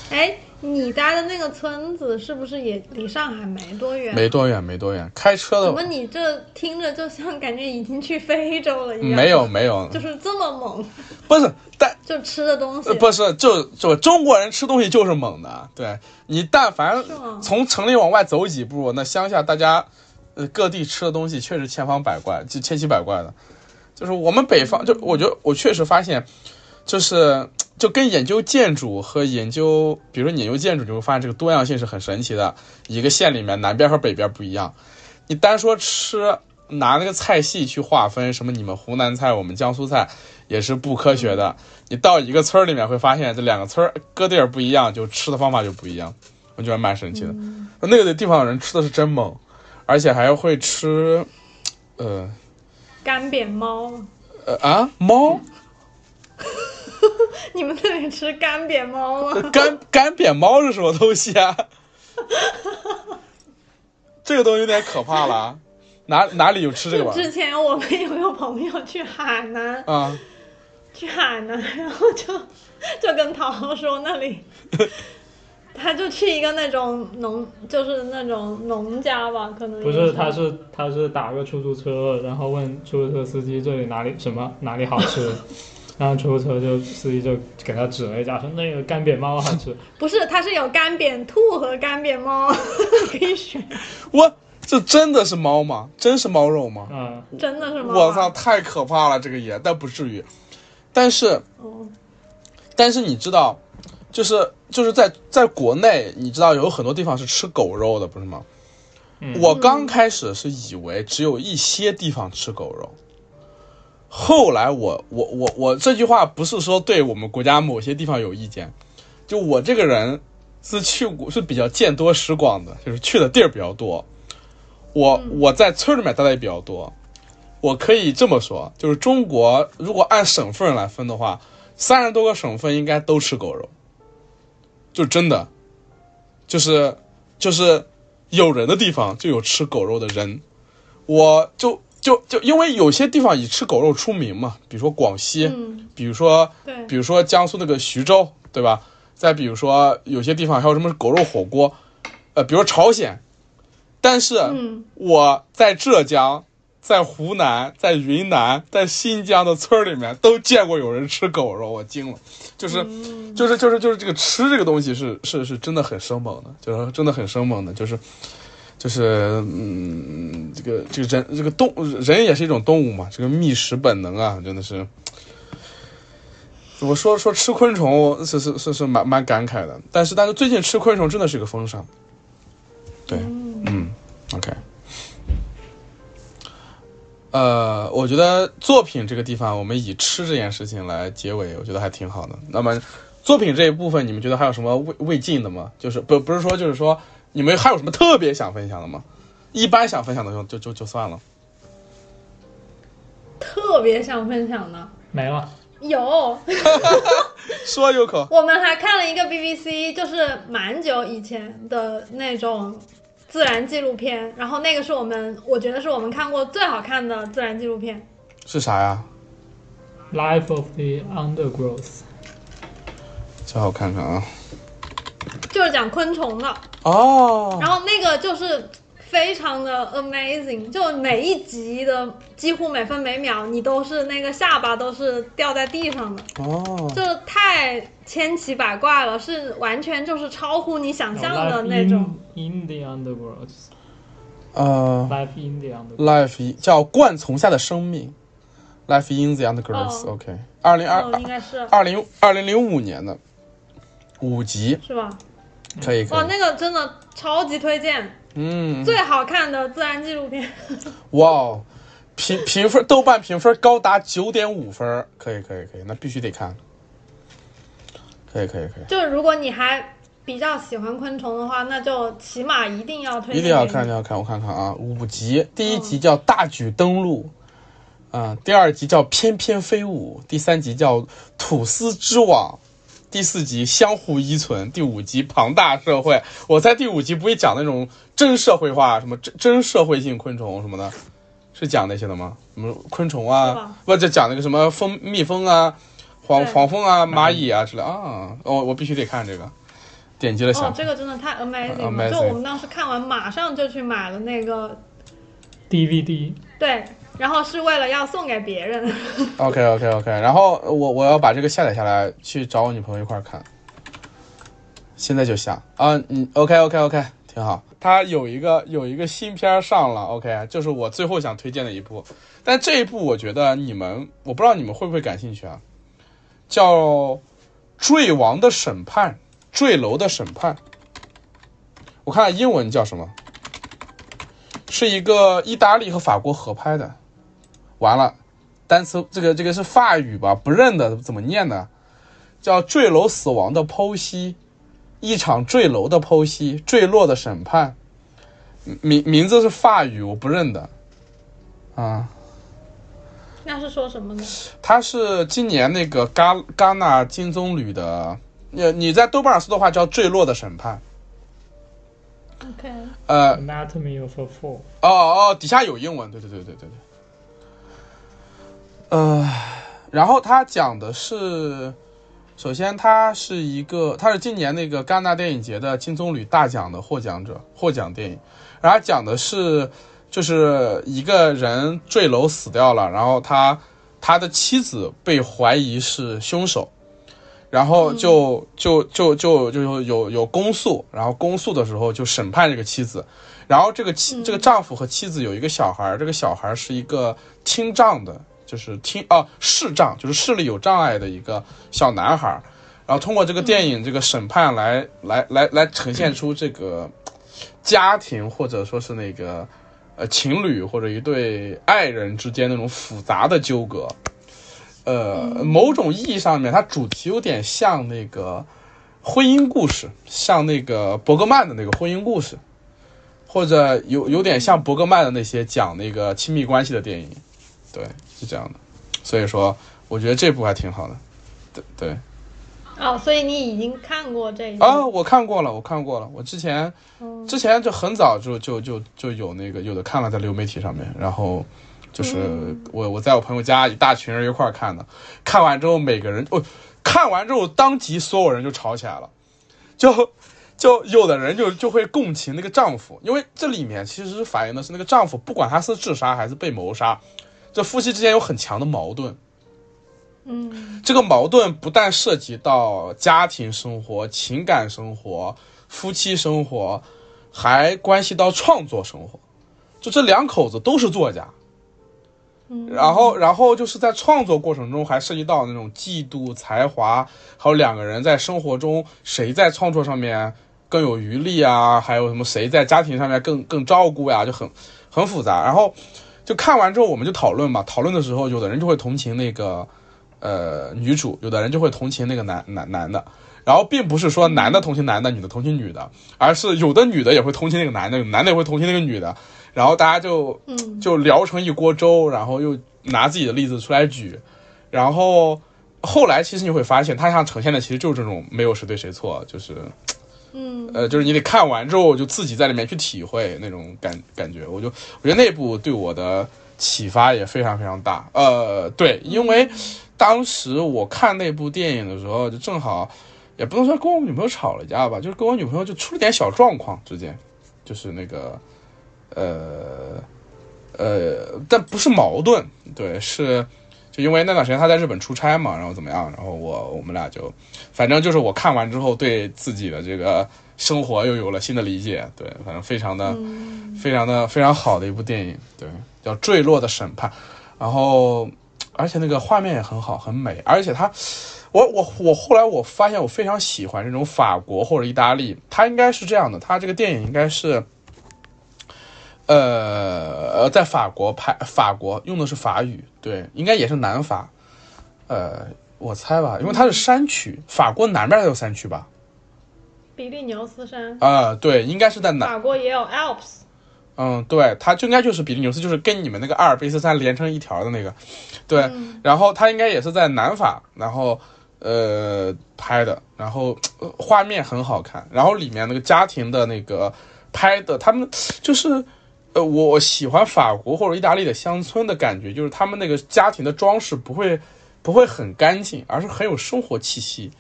[SPEAKER 2] 哎，你待的那个村子是不是也离上海没多远？
[SPEAKER 1] 没多远没多远，开车
[SPEAKER 2] 啊怎
[SPEAKER 1] 的
[SPEAKER 2] 么你这听着就像感觉已经去非洲了一样？
[SPEAKER 1] 没有，没有，
[SPEAKER 2] 就是这么猛，
[SPEAKER 1] 不是，但
[SPEAKER 2] 就吃的东西
[SPEAKER 1] 呃，，不是，就就中国人吃东西就是猛的，啊对你但凡
[SPEAKER 2] 是吗
[SPEAKER 1] 从城里往外走几步，那乡下大家，呃，各地吃的东西确实千方百怪，就千奇百怪的。就是我们北方，就我觉得我确实发现，就是就跟研究建筑和研究，比如说研究建筑，你会发现这个多样性是很神奇的。一个县里面南边和北边不一样，你单说吃，拿那个菜系去划分，什么你们湖南菜，我们江苏菜，也是不科学的。你到一个村儿里面会发现，这两个村儿搁地儿不一样，就吃的方法就不一样，我觉得蛮神奇的。那个地方的人吃的是真猛，而且还会吃，呃
[SPEAKER 2] 干煸猫。
[SPEAKER 1] 呃啊猫
[SPEAKER 2] 你们那里吃干煸猫吗？
[SPEAKER 1] 干干煸猫是什么东西啊？ 这个东西有点可怕了啊，哪哪里有吃这个
[SPEAKER 2] 就
[SPEAKER 1] 玩意
[SPEAKER 2] 之前我们有个朋友去海南，
[SPEAKER 1] 儿啊？
[SPEAKER 2] 去海南，然后就就跟陶陶说那 里，他就去一个那种农，就是那种农家吧，可能
[SPEAKER 3] 不
[SPEAKER 2] 也
[SPEAKER 3] 是，他是他是打个出租车，然后问出租车司机这里哪里什么哪里好 吃，然后出租车就司机就给他指了一下，说那个干煸猫好吃。
[SPEAKER 2] 不是，它是有干煸兔和干煸猫， 你可以选，
[SPEAKER 1] 我这真的是猫吗？真是猫肉吗？
[SPEAKER 3] 嗯，
[SPEAKER 2] 真的是吗？啊
[SPEAKER 1] 我操，！太可怕了，这个也，但不至于。但是，
[SPEAKER 2] 哦，
[SPEAKER 1] 但是你知道，就是就是在在国内，你知道有很多地方是吃狗肉的，不是吗？
[SPEAKER 3] 嗯
[SPEAKER 1] 我刚开始是以为只有一些地方吃狗肉，后来我我我我这句话不是说对我们国家某些地方有意见，就我这个人是去过是比较见多识广的，就是去的地儿比较多。我我在村里面待的也比较多，我可以这么说，就是中国如果按省份来分的话，三十多个省份应该都吃狗肉，就真的，就是就是有人的地方就有吃狗肉的人，我就就就因为有些地方以吃狗肉出名嘛，比如说广西，
[SPEAKER 2] 嗯，
[SPEAKER 1] 比如说
[SPEAKER 2] 对，
[SPEAKER 1] 比如说江苏那个徐州，对吧？再比如说有些地方还有什么狗肉火锅，呃，比如朝鲜。但是
[SPEAKER 2] 嗯，
[SPEAKER 1] 我在浙江、在湖南、在云南、在新疆的村儿里面都见过有人吃狗肉，我惊了。就是
[SPEAKER 2] 嗯
[SPEAKER 1] 就是就是就是这个吃这个东西是是是真的很生猛的，就是真的很生猛的，就是就是嗯，这个这个人这个动人也是一种动物嘛，这个觅食本能啊，真的是。我说说吃昆虫是是是是蛮蛮感慨的，但是但是最近吃昆虫真的是个风尚。对，嗯，OK。呃，我觉得作品这个地方，我们以吃这件事情来结尾，我觉得还挺好的。那么作品这一部分，你们觉得还有什么未未尽的吗？就是不不是说就是说你们还有什么特别想分享的吗？一般想分享的就就就就算了。
[SPEAKER 2] 特别想分享的。
[SPEAKER 3] 没了。
[SPEAKER 2] 有，
[SPEAKER 1] 说有口，
[SPEAKER 2] 我们还看了一个 BBC，就是蛮久以前的那种自然纪录片，然后那个是我们，我觉得是我们看过最好看的自然纪录片。
[SPEAKER 1] 是啥呀？
[SPEAKER 3] Life of the Undergrowth，
[SPEAKER 1] 这我看看啊。
[SPEAKER 2] 就是讲昆虫的，
[SPEAKER 1] 哦
[SPEAKER 2] 然后那个就是非常的 amazing，就每一集的几乎每分每秒，你都是那个下巴都是掉在地上的，
[SPEAKER 1] 哦，
[SPEAKER 2] 就太千奇百怪了，是完全就是超乎你想象的
[SPEAKER 3] Life
[SPEAKER 2] 那种。
[SPEAKER 3] In in the Undergrowth，Life
[SPEAKER 1] 呃
[SPEAKER 3] in the Undergrowth。
[SPEAKER 1] ，Life 叫《灌丛下的生命》，Life in the Undergrowth、
[SPEAKER 2] 哦
[SPEAKER 1] OK，二零二
[SPEAKER 2] 哦，应该是
[SPEAKER 1] 二零二零零五年的五集，
[SPEAKER 2] 是吧？
[SPEAKER 1] 可以可
[SPEAKER 2] 哇，
[SPEAKER 1] 以。
[SPEAKER 2] 那个真的超级推荐，
[SPEAKER 1] 嗯，
[SPEAKER 2] 最好看的自然纪录片。
[SPEAKER 1] 哇哦，评评分豆瓣评分高达九点五分儿，可以可以可以，那必须得看。可以可以可以，
[SPEAKER 2] 就如果你还比较喜欢昆虫的话，那就起码一定要推荐。
[SPEAKER 1] 一定要看，一。定要看，我看看啊，五集，第一集叫《大举登陆》，啊、第二集叫《翩翩飞舞》，第三集叫《吐丝之网》，第四集《相互依存》，第五集《庞大社会》。我猜第五集不会讲那种真社会化，什么真真社会性昆虫什么的，是讲那些的吗？什么昆虫
[SPEAKER 2] 是
[SPEAKER 1] 啊
[SPEAKER 2] 吧，
[SPEAKER 1] 不就讲那个什么蜂蜜蜂啊、黄
[SPEAKER 2] 对
[SPEAKER 1] 黄蜂啊、蚂蚁啊之类啊？哦，我必须得看这个，点击了想
[SPEAKER 2] 哦
[SPEAKER 1] 看，
[SPEAKER 2] 这个真的太 amazing 了
[SPEAKER 1] Amazing
[SPEAKER 2] 就我们当时看完，马上就去买了那个，
[SPEAKER 3] DVD，
[SPEAKER 2] 对，然后是为了要送给别人。
[SPEAKER 1] OK OK OK，然后我我要把这个下载下来，去找我女朋友一块儿看。现在就下啊，嗯，OK OK OK，挺好。它有一个有一个新片儿上了，OK，就是我最后想推荐的一部，但这一部我觉得你们，我不知道你们会不会感兴趣啊，叫《坠王的审判》，坠楼的审判。我看英文叫什么？是一个意大利和法国合拍的。完了，单词这个这个是法语吧？不认得怎么念呢？叫《坠楼死亡的剖析》，一场坠楼的剖析，坠落的审判。名名字是法语，我不认得。啊，
[SPEAKER 2] 那是说什么呢？
[SPEAKER 1] 它是今年那个戛戛纳金棕榈的。你你在豆瓣上搜的话叫《坠落的审判》。
[SPEAKER 2] OK，
[SPEAKER 1] 呃，
[SPEAKER 3] Anatomy of a Fall，
[SPEAKER 1] 哦哦，底下有英文，对对对对对对。呃，然后他讲的是，首先他是一个，他是今年那个戛纳电影节的金棕榈大奖的获奖者，获奖电影。然后他讲的是，就是一个人坠楼死掉了，然后他他的妻子被怀疑是凶手，然后就就就就就有有有公诉，然后公诉的时候就审判这个妻子，然后这个妻这个丈夫和妻子有一个小孩儿，这个小孩儿是一个听障的，就是听啊视障，就是视力有障碍的一个小男孩儿，然后通过这个电影这个审判来来来来呈现出这个家庭或者说是那个呃情侣或者一对爱人之间那种复杂的纠葛。呃，某种意义上面，它主题有点像那个婚姻故事，像那个伯格曼的那个婚姻故事，或者有有点像伯格曼的那些讲那个亲密关系的电影，对，是这样的。所以说，我觉得这部还挺好的，对对。
[SPEAKER 2] 哦，所以你已经哦看过这一部
[SPEAKER 1] 啊，我看过了，我看过了，我之前之前就很早就就就就有那个有的看了在流媒体上面，然后就是
[SPEAKER 2] 嗯
[SPEAKER 1] 我我在我朋友家一大群人一块儿看的，看完之后每个人哦，看完之后当即所有人就吵起来了，就。就有的人就就会共情那个丈夫，因为这里面其实是反映的是那个丈夫，不管他是自杀还是被谋杀，这夫妻之间有很强的矛盾。
[SPEAKER 2] 嗯
[SPEAKER 1] 这个矛盾不但涉及到家庭生活、情感生活、夫妻生活，还关系到创作生活。就这两口子都是作家，
[SPEAKER 2] 嗯
[SPEAKER 1] 然后，然后就是在创作过程中还涉及到那种嫉妒、才华，还有两个人在生活中谁在创作上面更有余力啊，还有什么谁在家庭上面更更照顾呀、就很很复杂。然后就看完之后我们就讨论嘛，讨论的时候有的人就会同情那个呃女主，有的人就会同情那个男男男的。然后并不是说男的同情男的，女的同情女的，而是有的女的也会同情那个男的，有的男的也会同情那个女的，然后大家就
[SPEAKER 2] 嗯
[SPEAKER 1] 就聊成一锅粥，然后又拿自己的例子出来举，然后后来其实你会发现，他想呈现的其实就是这种没有谁对谁错，就是
[SPEAKER 2] 嗯
[SPEAKER 1] 呃，就是你得看完之后就自己在里面去体会那种感感觉。我就我觉得那部对我的启发也非常非常大。呃，对，因为当时我看那部电影的时候，就正好也不能说跟我女朋友吵了架吧，就是跟我女朋友就出了点小状况之间，就是那个呃呃，但不是矛盾，对，是。就因为那段时间她在日本出差嘛，然后怎么样，然后我我们俩就，反正就是我看完之后对自己的这个生活又有了新的理解，对，反正非常的、非常的非常好的一部电影，对，叫《坠落的审判》，然后而且那个画面也很好，很美，而且它，我我我后来我发现我非常喜欢这种法国或者意大利，它应该是这样的，它这个电影应该是。呃，在法国拍，法国用的是法语，对，应该也是南法，呃，我猜吧，因为它是山区，法国南边儿也有山区吧？
[SPEAKER 2] 比利牛斯山，
[SPEAKER 1] 啊、对，应该是在南，
[SPEAKER 2] 法国也有 Alps。
[SPEAKER 1] 嗯，对，它就应该就是比利牛斯，就是跟你们那个阿尔卑斯山连成一条的那个，对，然后它应该也是在南法，然后呃拍的，然后、呃画面很好看，然后里面那个家庭的那个拍的，他们就是。呃，我我喜欢法国或者意大利的乡村的感觉，就是他们那个家庭的装饰不会不会很干净，而是很有生活气息，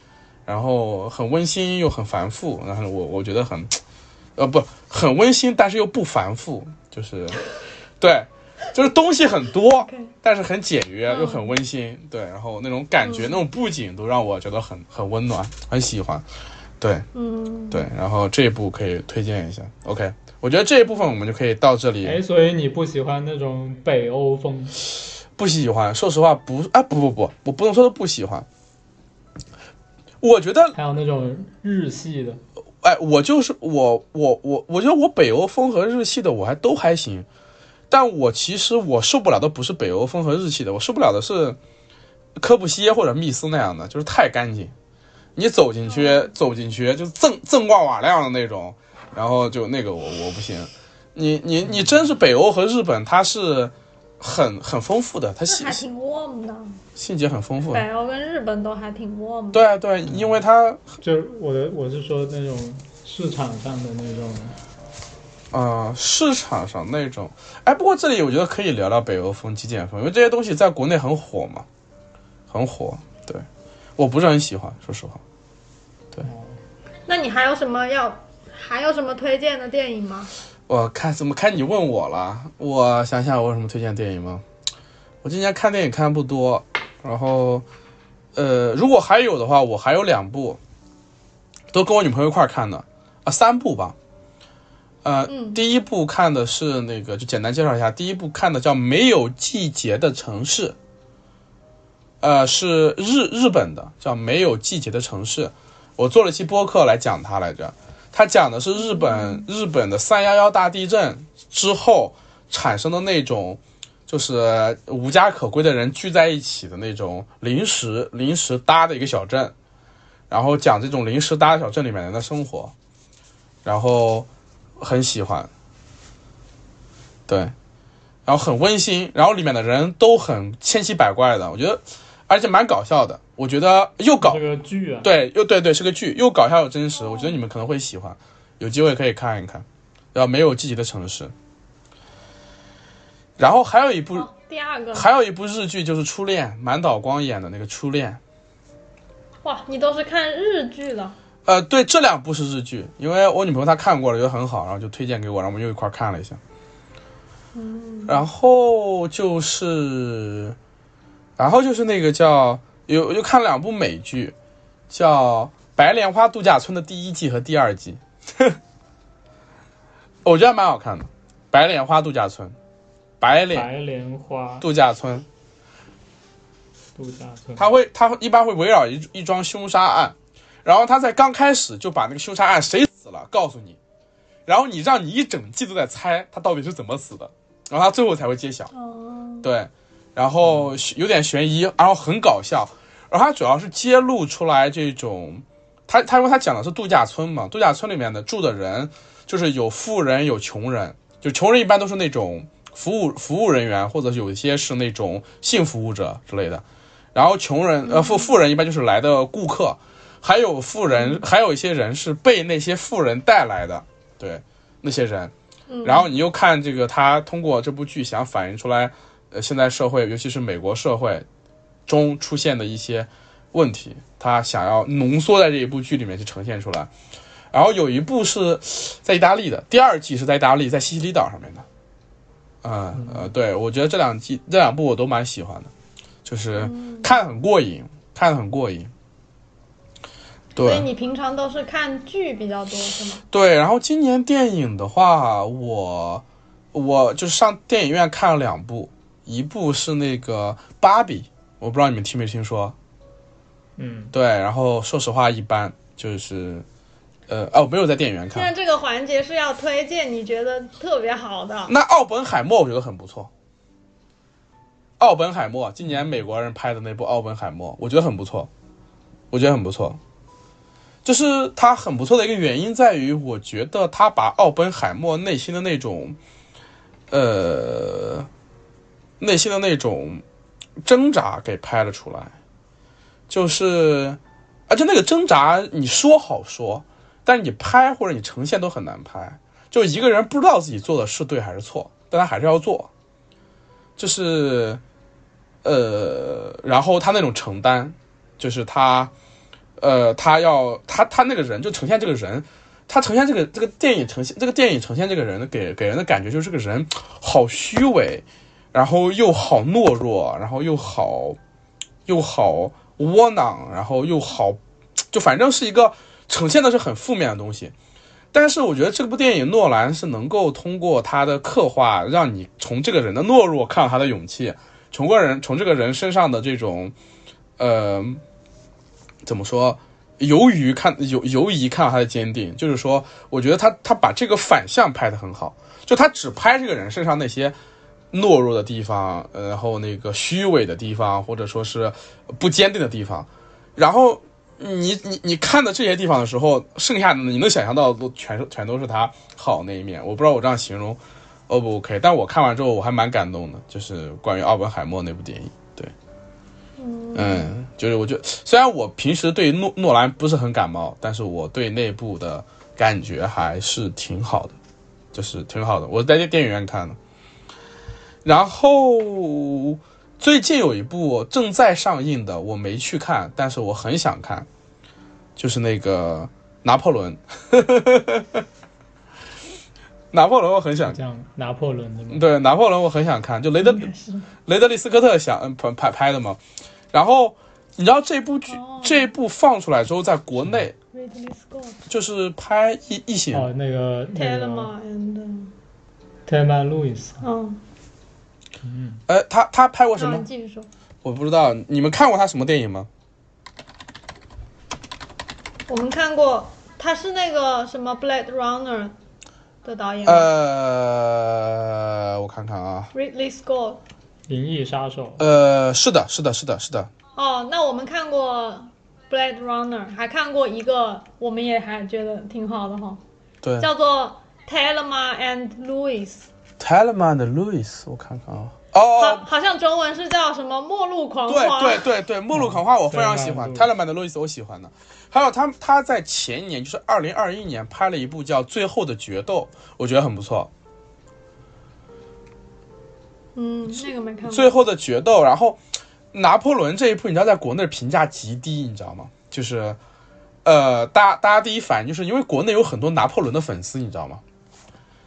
[SPEAKER 1] 然后很温馨又很繁复，然后我我觉得很，呃不很温馨，但是又不繁复，就是，对，就是东西很多
[SPEAKER 2] OK，
[SPEAKER 1] 但是很简约
[SPEAKER 2] 嗯
[SPEAKER 1] 又很温馨，对，然后那种感觉、那
[SPEAKER 2] 嗯
[SPEAKER 1] 种布景都让我觉得很很温暖，很喜欢，对
[SPEAKER 2] 嗯，
[SPEAKER 1] 对，然后这一部可以推荐一下，OK，我觉得这一部分我们就可以到这里。
[SPEAKER 3] 哎，所以你不喜欢那种北欧风？
[SPEAKER 1] 不喜欢，说实话不啊不不不，我不能说是不喜欢，我觉得
[SPEAKER 3] 还有那种日系的，
[SPEAKER 1] 哎，我就是我我我，我觉得我北欧风和日系的我还都还行，但我其实我受不了的不是北欧风和日系的，我受不了的是科布西耶或者密斯那样的，就是太干净，你走进去、
[SPEAKER 2] 哦
[SPEAKER 1] 走进去就锃锃挂瓦亮的那种，然后就那个我我不行，你你
[SPEAKER 2] 嗯
[SPEAKER 1] 你真是北欧和日本，它是很很丰富的，它
[SPEAKER 2] 这
[SPEAKER 1] 细
[SPEAKER 2] 还挺 warm 的，
[SPEAKER 1] 细节很丰富的。
[SPEAKER 2] 北欧跟日本都还挺 warm 的。
[SPEAKER 1] 对啊，对啊，因为它，
[SPEAKER 3] 就是我的我是说那种市场上的那种，
[SPEAKER 1] 呃，市场上那种，哎，不过这里我觉得可以聊聊北欧风、极简风，因为这些东西在国内很火嘛，很火。对，我不是很喜欢，说实话。
[SPEAKER 2] 那你还有什么要，还有什么推荐的电影吗？
[SPEAKER 1] 我看怎么看你问我了，我想想我有什么推荐电影吗？我今年看电影看不多，然后，呃，如果还有的话，我还有两部，都跟我女朋友一块儿看的啊，三部吧。呃，
[SPEAKER 2] 嗯
[SPEAKER 1] 第一部看的是那个，就简单介绍一下，第一部看的叫《没有季节的城市》，呃，是日日本的，叫《没有季节的城市》，我做了期播客来讲它来着。它讲的是日本日本的三幺幺大地震之后产生的那种，就是无家可归的人聚在一起的那种临时临时搭的一个小镇，然后讲这种临时搭的小镇里面人的生活，然后很喜欢，对，然后很温馨，然后里面的人都很千奇百怪的，我觉得，而且蛮搞笑的，我觉得又搞
[SPEAKER 3] 这个剧啊，
[SPEAKER 1] 对，又对对，是个剧，又搞笑又真实，我觉得你们可能会喜欢，有机会可以看一看。然后没有季节的城市，然后还有一部
[SPEAKER 2] 哦，第二个，
[SPEAKER 1] 还有一部日剧就是《初恋》，满岛光演的那个《初恋》。
[SPEAKER 2] 哇，你都是看日剧的，
[SPEAKER 1] 呃，对，这两部是日剧，因为我女朋友她看过了，觉得很好，然后就推荐给我，然后我们又一块儿看了一下。
[SPEAKER 2] 嗯，
[SPEAKER 1] 然后就是，然后就是那个叫有我就看了两部美剧，叫《白莲花度假村》的第一季和第二季， 我觉得还蛮好看的，《白莲花度假村》，白莲
[SPEAKER 3] 白莲花
[SPEAKER 1] 度假村，
[SPEAKER 3] 度假村，
[SPEAKER 1] 它会它一般会围绕一一桩凶杀案，然后他在刚开始就把那个凶杀案谁死了告诉你，然后你让你一整季都在猜他到底是怎么死的，然后他最后才会揭晓。
[SPEAKER 2] 哦，
[SPEAKER 1] 对，然后悬有点悬疑，然后很搞笑，然后它主要是揭露出来这种，他他因为他讲的是度假村嘛，度假村里面的住的人就是有富人有穷人，就穷人一般都是那种服务服务人员，或者有一些是那种性服务者之类的，然后穷人呃富富人一般就是来的顾客，还有富人还有一些人是被那些富人带来的，对那些人。
[SPEAKER 2] 嗯
[SPEAKER 1] 然后你又看这个，他通过这部剧想反映出来，呃，现在社会，尤其是美国社会中出现的一些问题，他想要浓缩在这一部剧里面去呈现出来。然后有一部是在意大利的，第二季是在意大利，在西西里岛上面的。嗯呃，对，我觉得这两季这两部我都蛮喜欢的，就是看很过瘾，看很过瘾。对，
[SPEAKER 2] 所以你平常都是看剧比较多是吗？
[SPEAKER 1] 对，然后今年电影的话，我我就是上电影院看了两部，一部是那个《芭比》，我不知道你们听没听说。
[SPEAKER 3] 嗯，
[SPEAKER 1] 对，然后说实话一般，就是，呃，哦，没有在电影院
[SPEAKER 2] 现
[SPEAKER 1] 看。
[SPEAKER 2] 在这个环节是要推荐你觉得特别好的，
[SPEAKER 1] 那《奥本海默》我觉得很不错，《奥本海默》今年美国人拍的那部《奥本海默》，我觉得很不错，我觉得很不错。就是它很不错的一个原因在于，我觉得他把奥本海默内心的那种，呃，内心的那种挣扎给拍了出来。就是，而且那个挣扎，你说好说，但你拍或者你呈现都很难拍。就一个人不知道自己做的是对还是错，但他还是要做，就是，呃，然后他那种承担，就是他，呃，他要他他那个人就呈现这个人，他呈现这个这个电影呈现这个电影呈现这个人的给给人的感觉就是这个人好虚伪，然后又好懦弱，然后又好又好窝囊，然后又好，就反正是一个呈现的是很负面的东西。但是我觉得这部电影诺兰是能够通过他的刻画，让你从这个人的懦弱看到他的勇气，从个人从这个人身上的这种，呃，怎么说？由于看由由于看到他的坚定，就是说，我觉得他他把这个反向拍得很好，就他只拍这个人身上那些懦弱的地方，呃然后那个虚伪的地方，或者说是不坚定的地方，然后你你你看到这些地方的时候，剩下的你能想象到的都全是全都是他好那一面。我不知道我这样形容 O 哦不 OK，但我看完之后我还蛮感动的，就是关于奥本海默那部电影，对。嗯，就是我觉得，虽然我平时对诺诺兰不是很感冒，但是我对那部的感觉还是挺好的，就是挺好的。我在电影院看的。然后最近有一部正在上映的，我没去看，但是我很想看，就是那个《拿破仑》。 拿破仑我很想
[SPEAKER 3] 这样拿破仑的吗？
[SPEAKER 1] 对，拿破仑我很想看，就雷德
[SPEAKER 2] 嗯
[SPEAKER 1] 雷德利斯科特想拍拍拍的嘛。然后你知道这部剧、
[SPEAKER 2] 哦
[SPEAKER 1] 这部放出来之后，在国内
[SPEAKER 2] Ridley Scott,
[SPEAKER 1] 就是拍异异形，
[SPEAKER 3] 哦，那个那个
[SPEAKER 2] Telma and
[SPEAKER 3] t e m a Lewis，
[SPEAKER 2] 嗯，
[SPEAKER 1] 呃，他他拍过什
[SPEAKER 2] 那
[SPEAKER 1] 么
[SPEAKER 2] 哦你？继续说，
[SPEAKER 1] 我不知道，你们看过他什么电影吗？
[SPEAKER 2] 我们看过，他是那个什么《Blade Runner》的导演吗
[SPEAKER 1] 呃，我看看啊，
[SPEAKER 2] ，Ridley Scott。
[SPEAKER 3] 银翼杀手，
[SPEAKER 1] 呃，是的，是的，是的，是的，
[SPEAKER 2] 哦，那我们看过《Blade Runner》，还看过一个，我们也还觉得挺好的哈，
[SPEAKER 1] 对
[SPEAKER 2] 叫做《Telma and Louis》，
[SPEAKER 1] ，Telman 的 Louis，我看看啊，
[SPEAKER 2] 好，
[SPEAKER 1] 哦，
[SPEAKER 2] 好像中文是叫什么《末路狂
[SPEAKER 1] 对
[SPEAKER 2] 花》。
[SPEAKER 1] 对对对，《末路狂花》我非常喜欢
[SPEAKER 3] 嗯
[SPEAKER 1] ，Telman 的 Louis 我喜欢的。还有他他在前年，就是二零二一年拍了一部叫《最后的决斗》，我觉得很不错。
[SPEAKER 2] 嗯，那个没看过。
[SPEAKER 1] 最后的决斗，然后拿破仑这一部，你知道在国内评价极低，你知道吗？就是，呃，大大家第一反应就是因为国内有很多拿破仑的粉丝，你知道吗？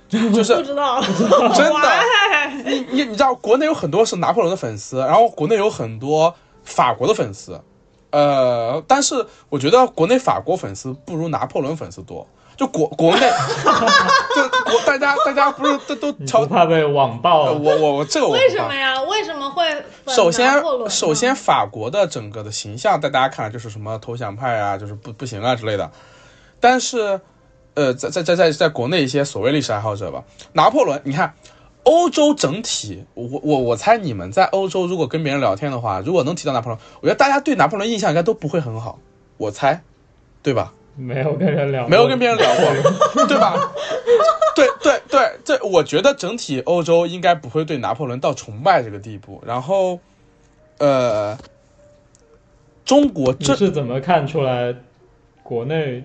[SPEAKER 1] 就是
[SPEAKER 2] 不知道，
[SPEAKER 1] 真的，
[SPEAKER 2] 的，
[SPEAKER 1] 你你你知道国内有很多是拿破仑的粉丝，然后国内有很多法国的粉丝，呃，但是我觉得国内法国粉丝不如拿破仑粉丝多。就国国内， 就国大家大家不是都都
[SPEAKER 3] 你
[SPEAKER 1] 调
[SPEAKER 3] 不怕被网暴
[SPEAKER 1] 呃我
[SPEAKER 3] 啊？
[SPEAKER 1] 我我这个我
[SPEAKER 2] 为
[SPEAKER 1] 不
[SPEAKER 2] 什
[SPEAKER 1] 怕
[SPEAKER 2] 么呀？为什么会粉
[SPEAKER 1] 首
[SPEAKER 2] 拿
[SPEAKER 1] 先
[SPEAKER 2] 破仑，呢啊
[SPEAKER 1] 首先，法国的整个的形象在大家看来就是什么投降派啊，就是不不行啊之类的。但是，呃，在在在在在国内一些所谓历史爱好者吧，拿破仑，你看欧洲整体，我我我猜你们在欧洲如果跟别人聊天的话，如果能提到拿破仑，我觉得大家对拿破仑印象应该都不会很好，我猜，对吧？
[SPEAKER 3] 没有跟人聊过，
[SPEAKER 1] 没有跟别人聊 过， 对吧？对对对对，我觉得整体欧洲应该不会对拿破仑到崇拜这个地步。然后，呃，中国
[SPEAKER 3] 你
[SPEAKER 1] 这
[SPEAKER 3] 是怎么看出来国内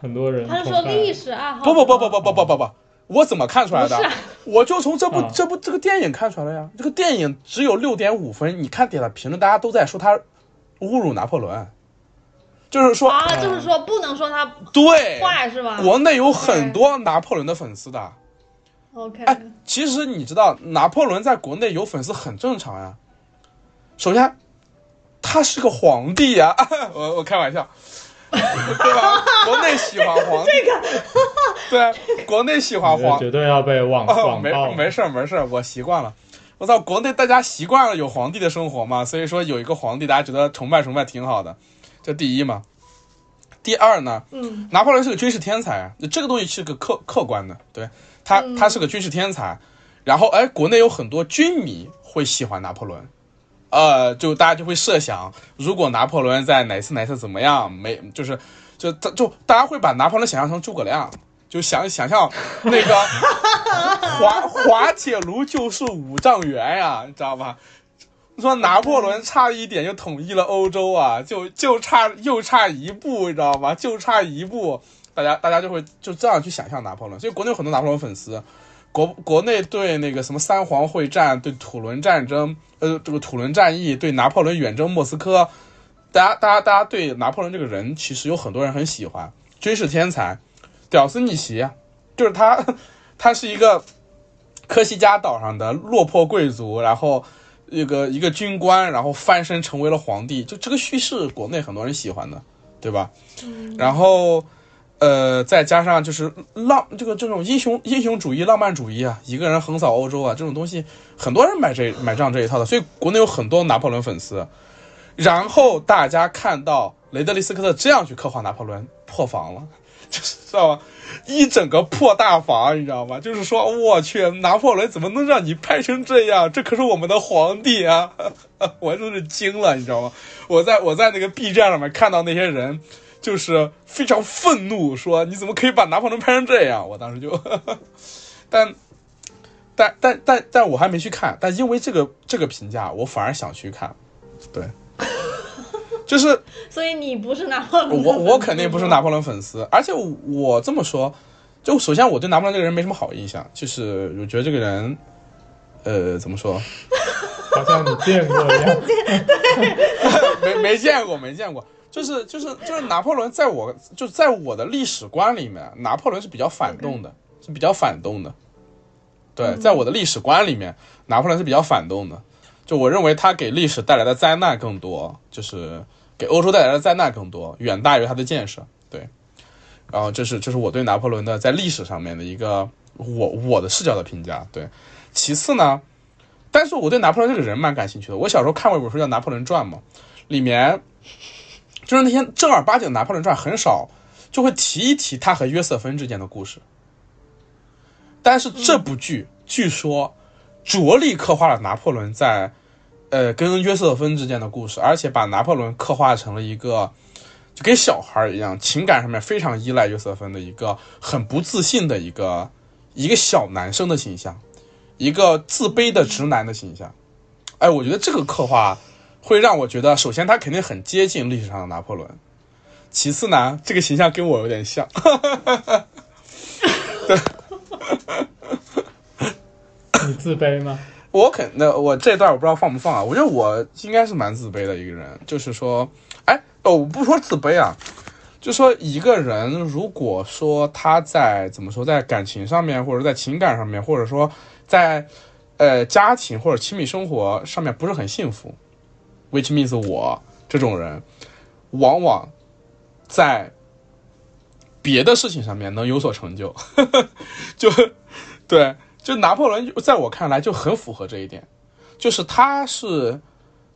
[SPEAKER 3] 很多人
[SPEAKER 2] 他是
[SPEAKER 3] 崇
[SPEAKER 2] 说
[SPEAKER 3] 拜
[SPEAKER 2] 历史爱好者
[SPEAKER 1] 不不不不不不不不不，我怎么看出来的
[SPEAKER 2] 不是啊？嗯
[SPEAKER 1] 我就从这部
[SPEAKER 3] 啊
[SPEAKER 1] 这部这个电影看出来了呀。这个电影只有六点五分，你看底下评论，大家都在说他侮辱拿破仑，就是说，
[SPEAKER 2] 啊，就是说不能说他
[SPEAKER 1] 对，
[SPEAKER 2] 坏是吧？
[SPEAKER 1] 国内有很多拿破仑的粉丝的。
[SPEAKER 2] OK，
[SPEAKER 1] 哎，其实你知道，拿破仑在国内有粉丝很正常呀。首先，他是个皇帝呀， 我我开玩笑，对吧？国内喜欢皇帝， 对，啊国内喜欢
[SPEAKER 3] 你这
[SPEAKER 1] 皇，
[SPEAKER 3] 绝对要被网
[SPEAKER 1] 哦，
[SPEAKER 3] 网
[SPEAKER 1] 没
[SPEAKER 3] 暴。
[SPEAKER 1] 没事儿没事儿，我习惯了。我操，国内大家习惯了有皇帝的生活嘛，所以说有一个皇帝，大家觉得崇拜崇拜挺好的，这第一嘛。第二呢，
[SPEAKER 2] 嗯，
[SPEAKER 1] 拿破仑是个军事天才啊，这个东西是个客客观的，对他
[SPEAKER 2] 嗯
[SPEAKER 1] 他是个军事天才，然后哎，国内有很多军迷会喜欢拿破仑，呃，就大家就会设想，如果拿破仑在哪次哪次怎么样，没就是就他就大家会把拿破仑想象成诸葛亮，就想想象那个 滑滑铁卢就是五丈原呀、你知道吧？说拿破仑差一点就统一了欧洲啊，就就差又差一步，你知道吗？就差一步，大家大家就会就这样去想象拿破仑。所以国内有很多拿破仑粉丝，国国内对那个什么三皇会战、对土伦战争、呃这个土伦战役、对拿破仑远征莫斯科，大家大家大家对拿破仑这个人其实有很多人很喜欢， 军事天才，屌丝逆袭，就是他，他是一个科西嘉岛上的落魄贵族，然后一个一个军官，然后翻身成为了皇帝，就这个叙事国内很多人喜欢的，对吧？然后呃，再加上就是浪这个这种英雄英雄主义、浪漫主义啊，一个人横扫欧洲啊，这种东西很多人买这买账这一套的，所以国内有很多拿破仑粉丝。然后大家看到雷德利·斯科特这样去刻画拿破仑，破防了， 就是知道吗？一整个破大防，你知道吗？就是说，我去，拿破仑怎么能让你拍成这样？这可是我们的皇帝啊！ 我真是惊了，你知道吗？我在我在那个 B 站上面看到那些人，就是非常愤怒，说你怎么可以把拿破仑拍成这样？我当时就， 但但但但但我还没去看，但因为这个这个评价，我反而想去看，对。 就是
[SPEAKER 2] 所以你不是拿破 仑，
[SPEAKER 1] 我我肯定不是拿破仑粉丝，而且我这么说，就首先我对拿破仑这个人没什么好印象，就是我觉得这个人，呃，怎么说，
[SPEAKER 3] 好像你见过一样。
[SPEAKER 1] 没没见过，没见过，就是就是就是拿破仑在我就在我的历史观里面，拿破仑是比较反动的，是比较反动的，对，在我的历史观里面，拿破仑是比较反动的，就我认为他给历史带来的灾难更多，就是。给欧洲带来的灾难更多，远大于它的建设。对，然后这是这是我对拿破仑的在历史上面的一个我我的视角的评价。对，其次呢，但是我对拿破仑这个人蛮感兴趣的。我小时候看过一本书叫《拿破仑传》嘛，里面就是那些正儿八经的拿破仑传很少就会提一提他和约瑟芬之间的故事，但是这部剧、据说着力刻画了拿破仑在呃，跟约瑟芬之间的故事，而且把拿破仑刻画成了一个就跟小孩儿一样，情感上面非常依赖约瑟芬的一个很不自信的一个一个小男生的形象，一个自卑的直男的形象。哎，我觉得这个刻画会让我觉得，首先他肯定很接近历史上的拿破仑，其次呢，这个形象跟我有点像。
[SPEAKER 3] 你自卑吗？
[SPEAKER 1] 我肯那我这段我不知道放不放啊，我觉得我应该是蛮自卑的一个人，就是说，哎，哦，我不说自卑啊，就说一个人如果说他在怎么说，在感情上面，或者在情感上面，或者说在呃家庭或者亲密生活上面不是很幸福，which means 我这种人，往往在别的事情上面能有所成就， 就对，就拿破仑在我看来就很符合这一点，就是他是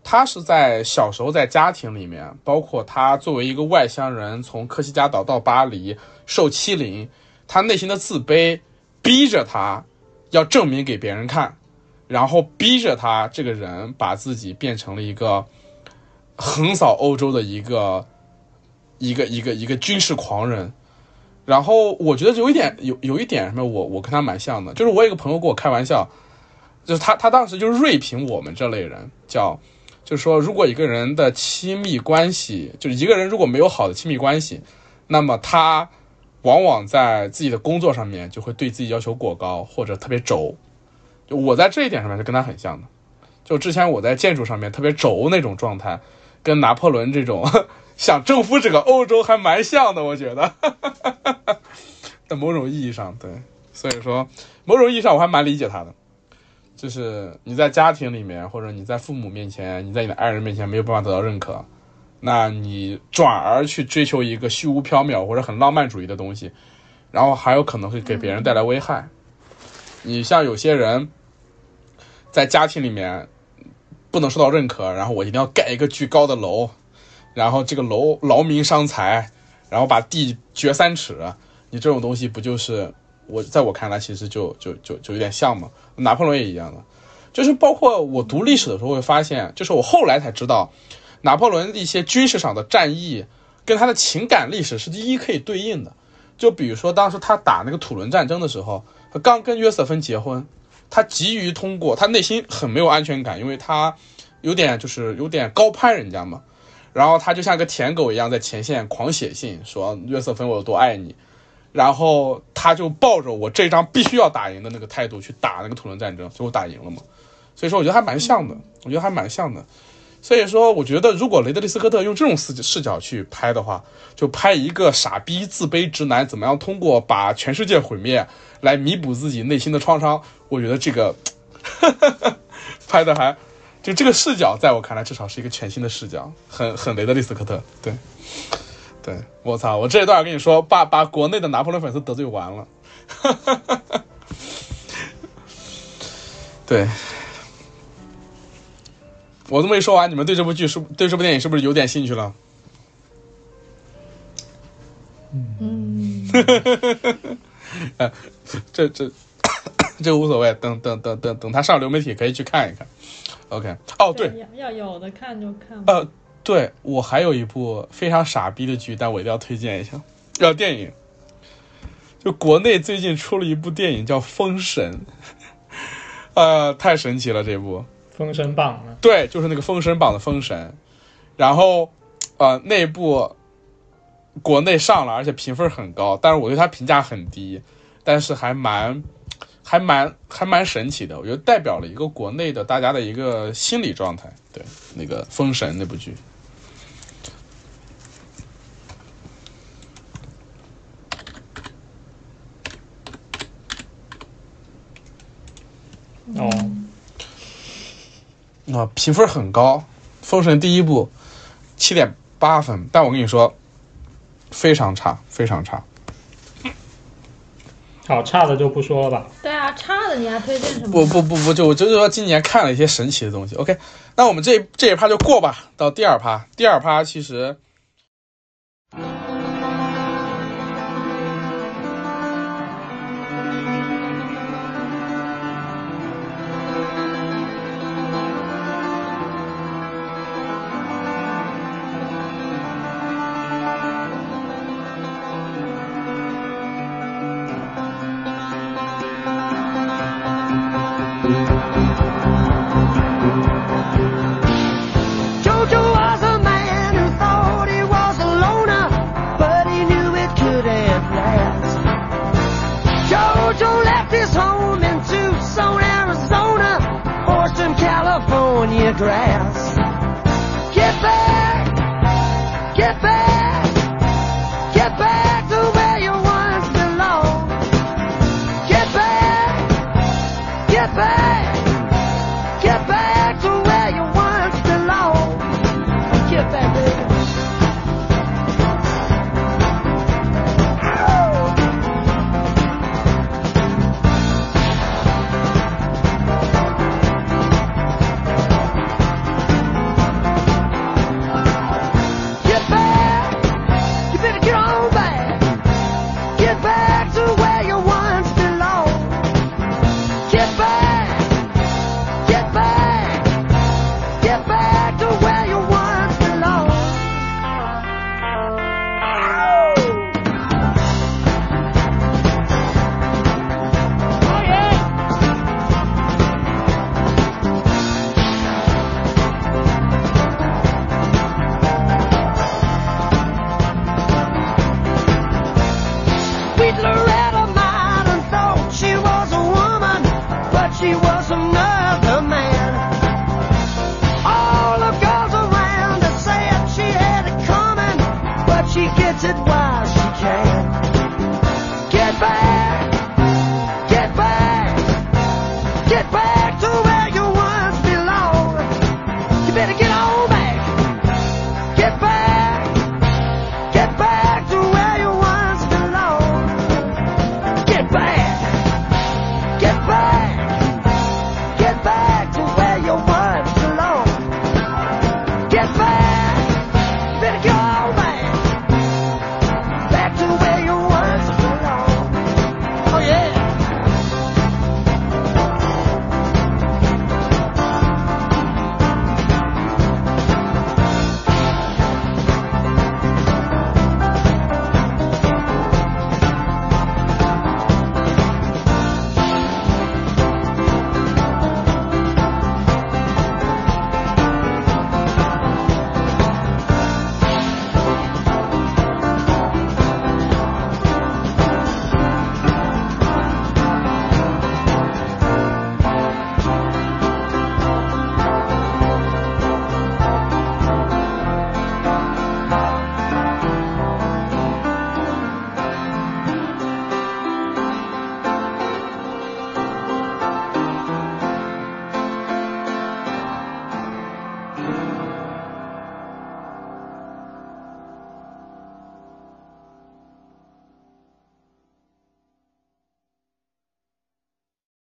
[SPEAKER 1] 他是在小时候在家庭里面，包括他作为一个外乡人从科西嘉岛到巴黎受欺凌，他内心的自卑逼着他要证明给别人看，然后逼着他这个人把自己变成了一个横扫欧洲的一个一个一个一个军事狂人。然后我觉得有一点有有一点什么我，我跟他蛮像的，就是我有一个朋友跟我开玩笑，就是他他当时就是锐评我们这类人，叫就是说如果一个人的亲密关系，就是一个人如果没有好的亲密关系，那么他往往在自己的工作上面就会对自己要求过高或者特别轴。就我在这一点上面是跟他很像的，就之前我在建筑上面特别轴那种状态，跟拿破仑这种 想征服整个欧洲还蛮像的，我觉得。在某种意义上，对，所以说某种意义上我还蛮理解他的，就是你在家庭里面，或者你在父母面前，你在你的爱人面前没有办法得到认可，那你转而去追求一个虚无缥缈或者很浪漫主义的东西，然后还有可能会给别人带来危害。你像有些人在家庭里面不能受到认可，然后我一定要盖一个巨高的楼，然后这个楼劳民伤财，然后把地掘三尺，你这种东西不就是我在我看来，其实就就就就有点像嘛。拿破仑也一样的，就是包括我读历史的时候会发现，就是我后来才知道，拿破仑的一些军事上的战役跟他的情感历史是第一可以对应的。就比如说当时他打那个土伦战争的时候，他刚跟约瑟芬结婚，他急于通过，他内心很没有安全感，因为他有点就是有点高攀人家嘛。然后他就像个舔狗一样在前线狂写信，说约瑟芬我有多爱你。然后他就抱着我这仗必须要打赢的那个态度去打那个土伦战争，最后打赢了嘛。所以说我觉得还蛮像的，我觉得还蛮像的。所以说，我觉得如果雷德利·斯科特用这种视视角去拍的话，就拍一个傻逼、自卑直男怎么样通过把全世界毁灭来弥补自己内心的创伤，我觉得这个 拍的还就这个视角，在我看来至少是一个全新的视角，很很雷德利·斯科特。对，对我操，我这一段跟你说，把把国内的拿破仑粉丝得罪完了。 对，我这么一说完，你们对这部剧是不对这部电影是不是有点兴趣了？
[SPEAKER 2] 嗯，
[SPEAKER 1] 这这这无所谓，等等等等等他上流媒体可以去看一看。OK，哦对，
[SPEAKER 2] 要要有的看就看吧。
[SPEAKER 1] 呃，对我还有一部非常傻逼的剧，但我一定要推荐一下，要电影。就国内最近出了一部电影叫《封神》，呃，太神奇了这部。
[SPEAKER 3] 封神榜呢？
[SPEAKER 1] 对，就是那个《封神榜》的《封神》，然后呃那部国内上了，而且评分很高，但是我对它评价很低，但是还蛮还蛮还蛮神奇的，我觉得代表了一个国内的大家的一个心理状态。对，那个《封神》那部剧。
[SPEAKER 3] 哦，
[SPEAKER 2] 嗯
[SPEAKER 1] 啊，评分很高，《封神》第一部七点八分，但我跟你说，非常差，非常差。
[SPEAKER 3] 好差的就不说了吧。
[SPEAKER 2] 对啊，差的你还推荐什么？
[SPEAKER 1] 不不不不，就我就是说今年看了一些神奇的东西。OK，那我们这这一趴就过吧，到第二趴。第二趴其实，
[SPEAKER 4] Jojo was a man who thought he was a loner, but he knew it couldn't last. Jojo left his home in Tucson, Arizona, for some California grass. Oh,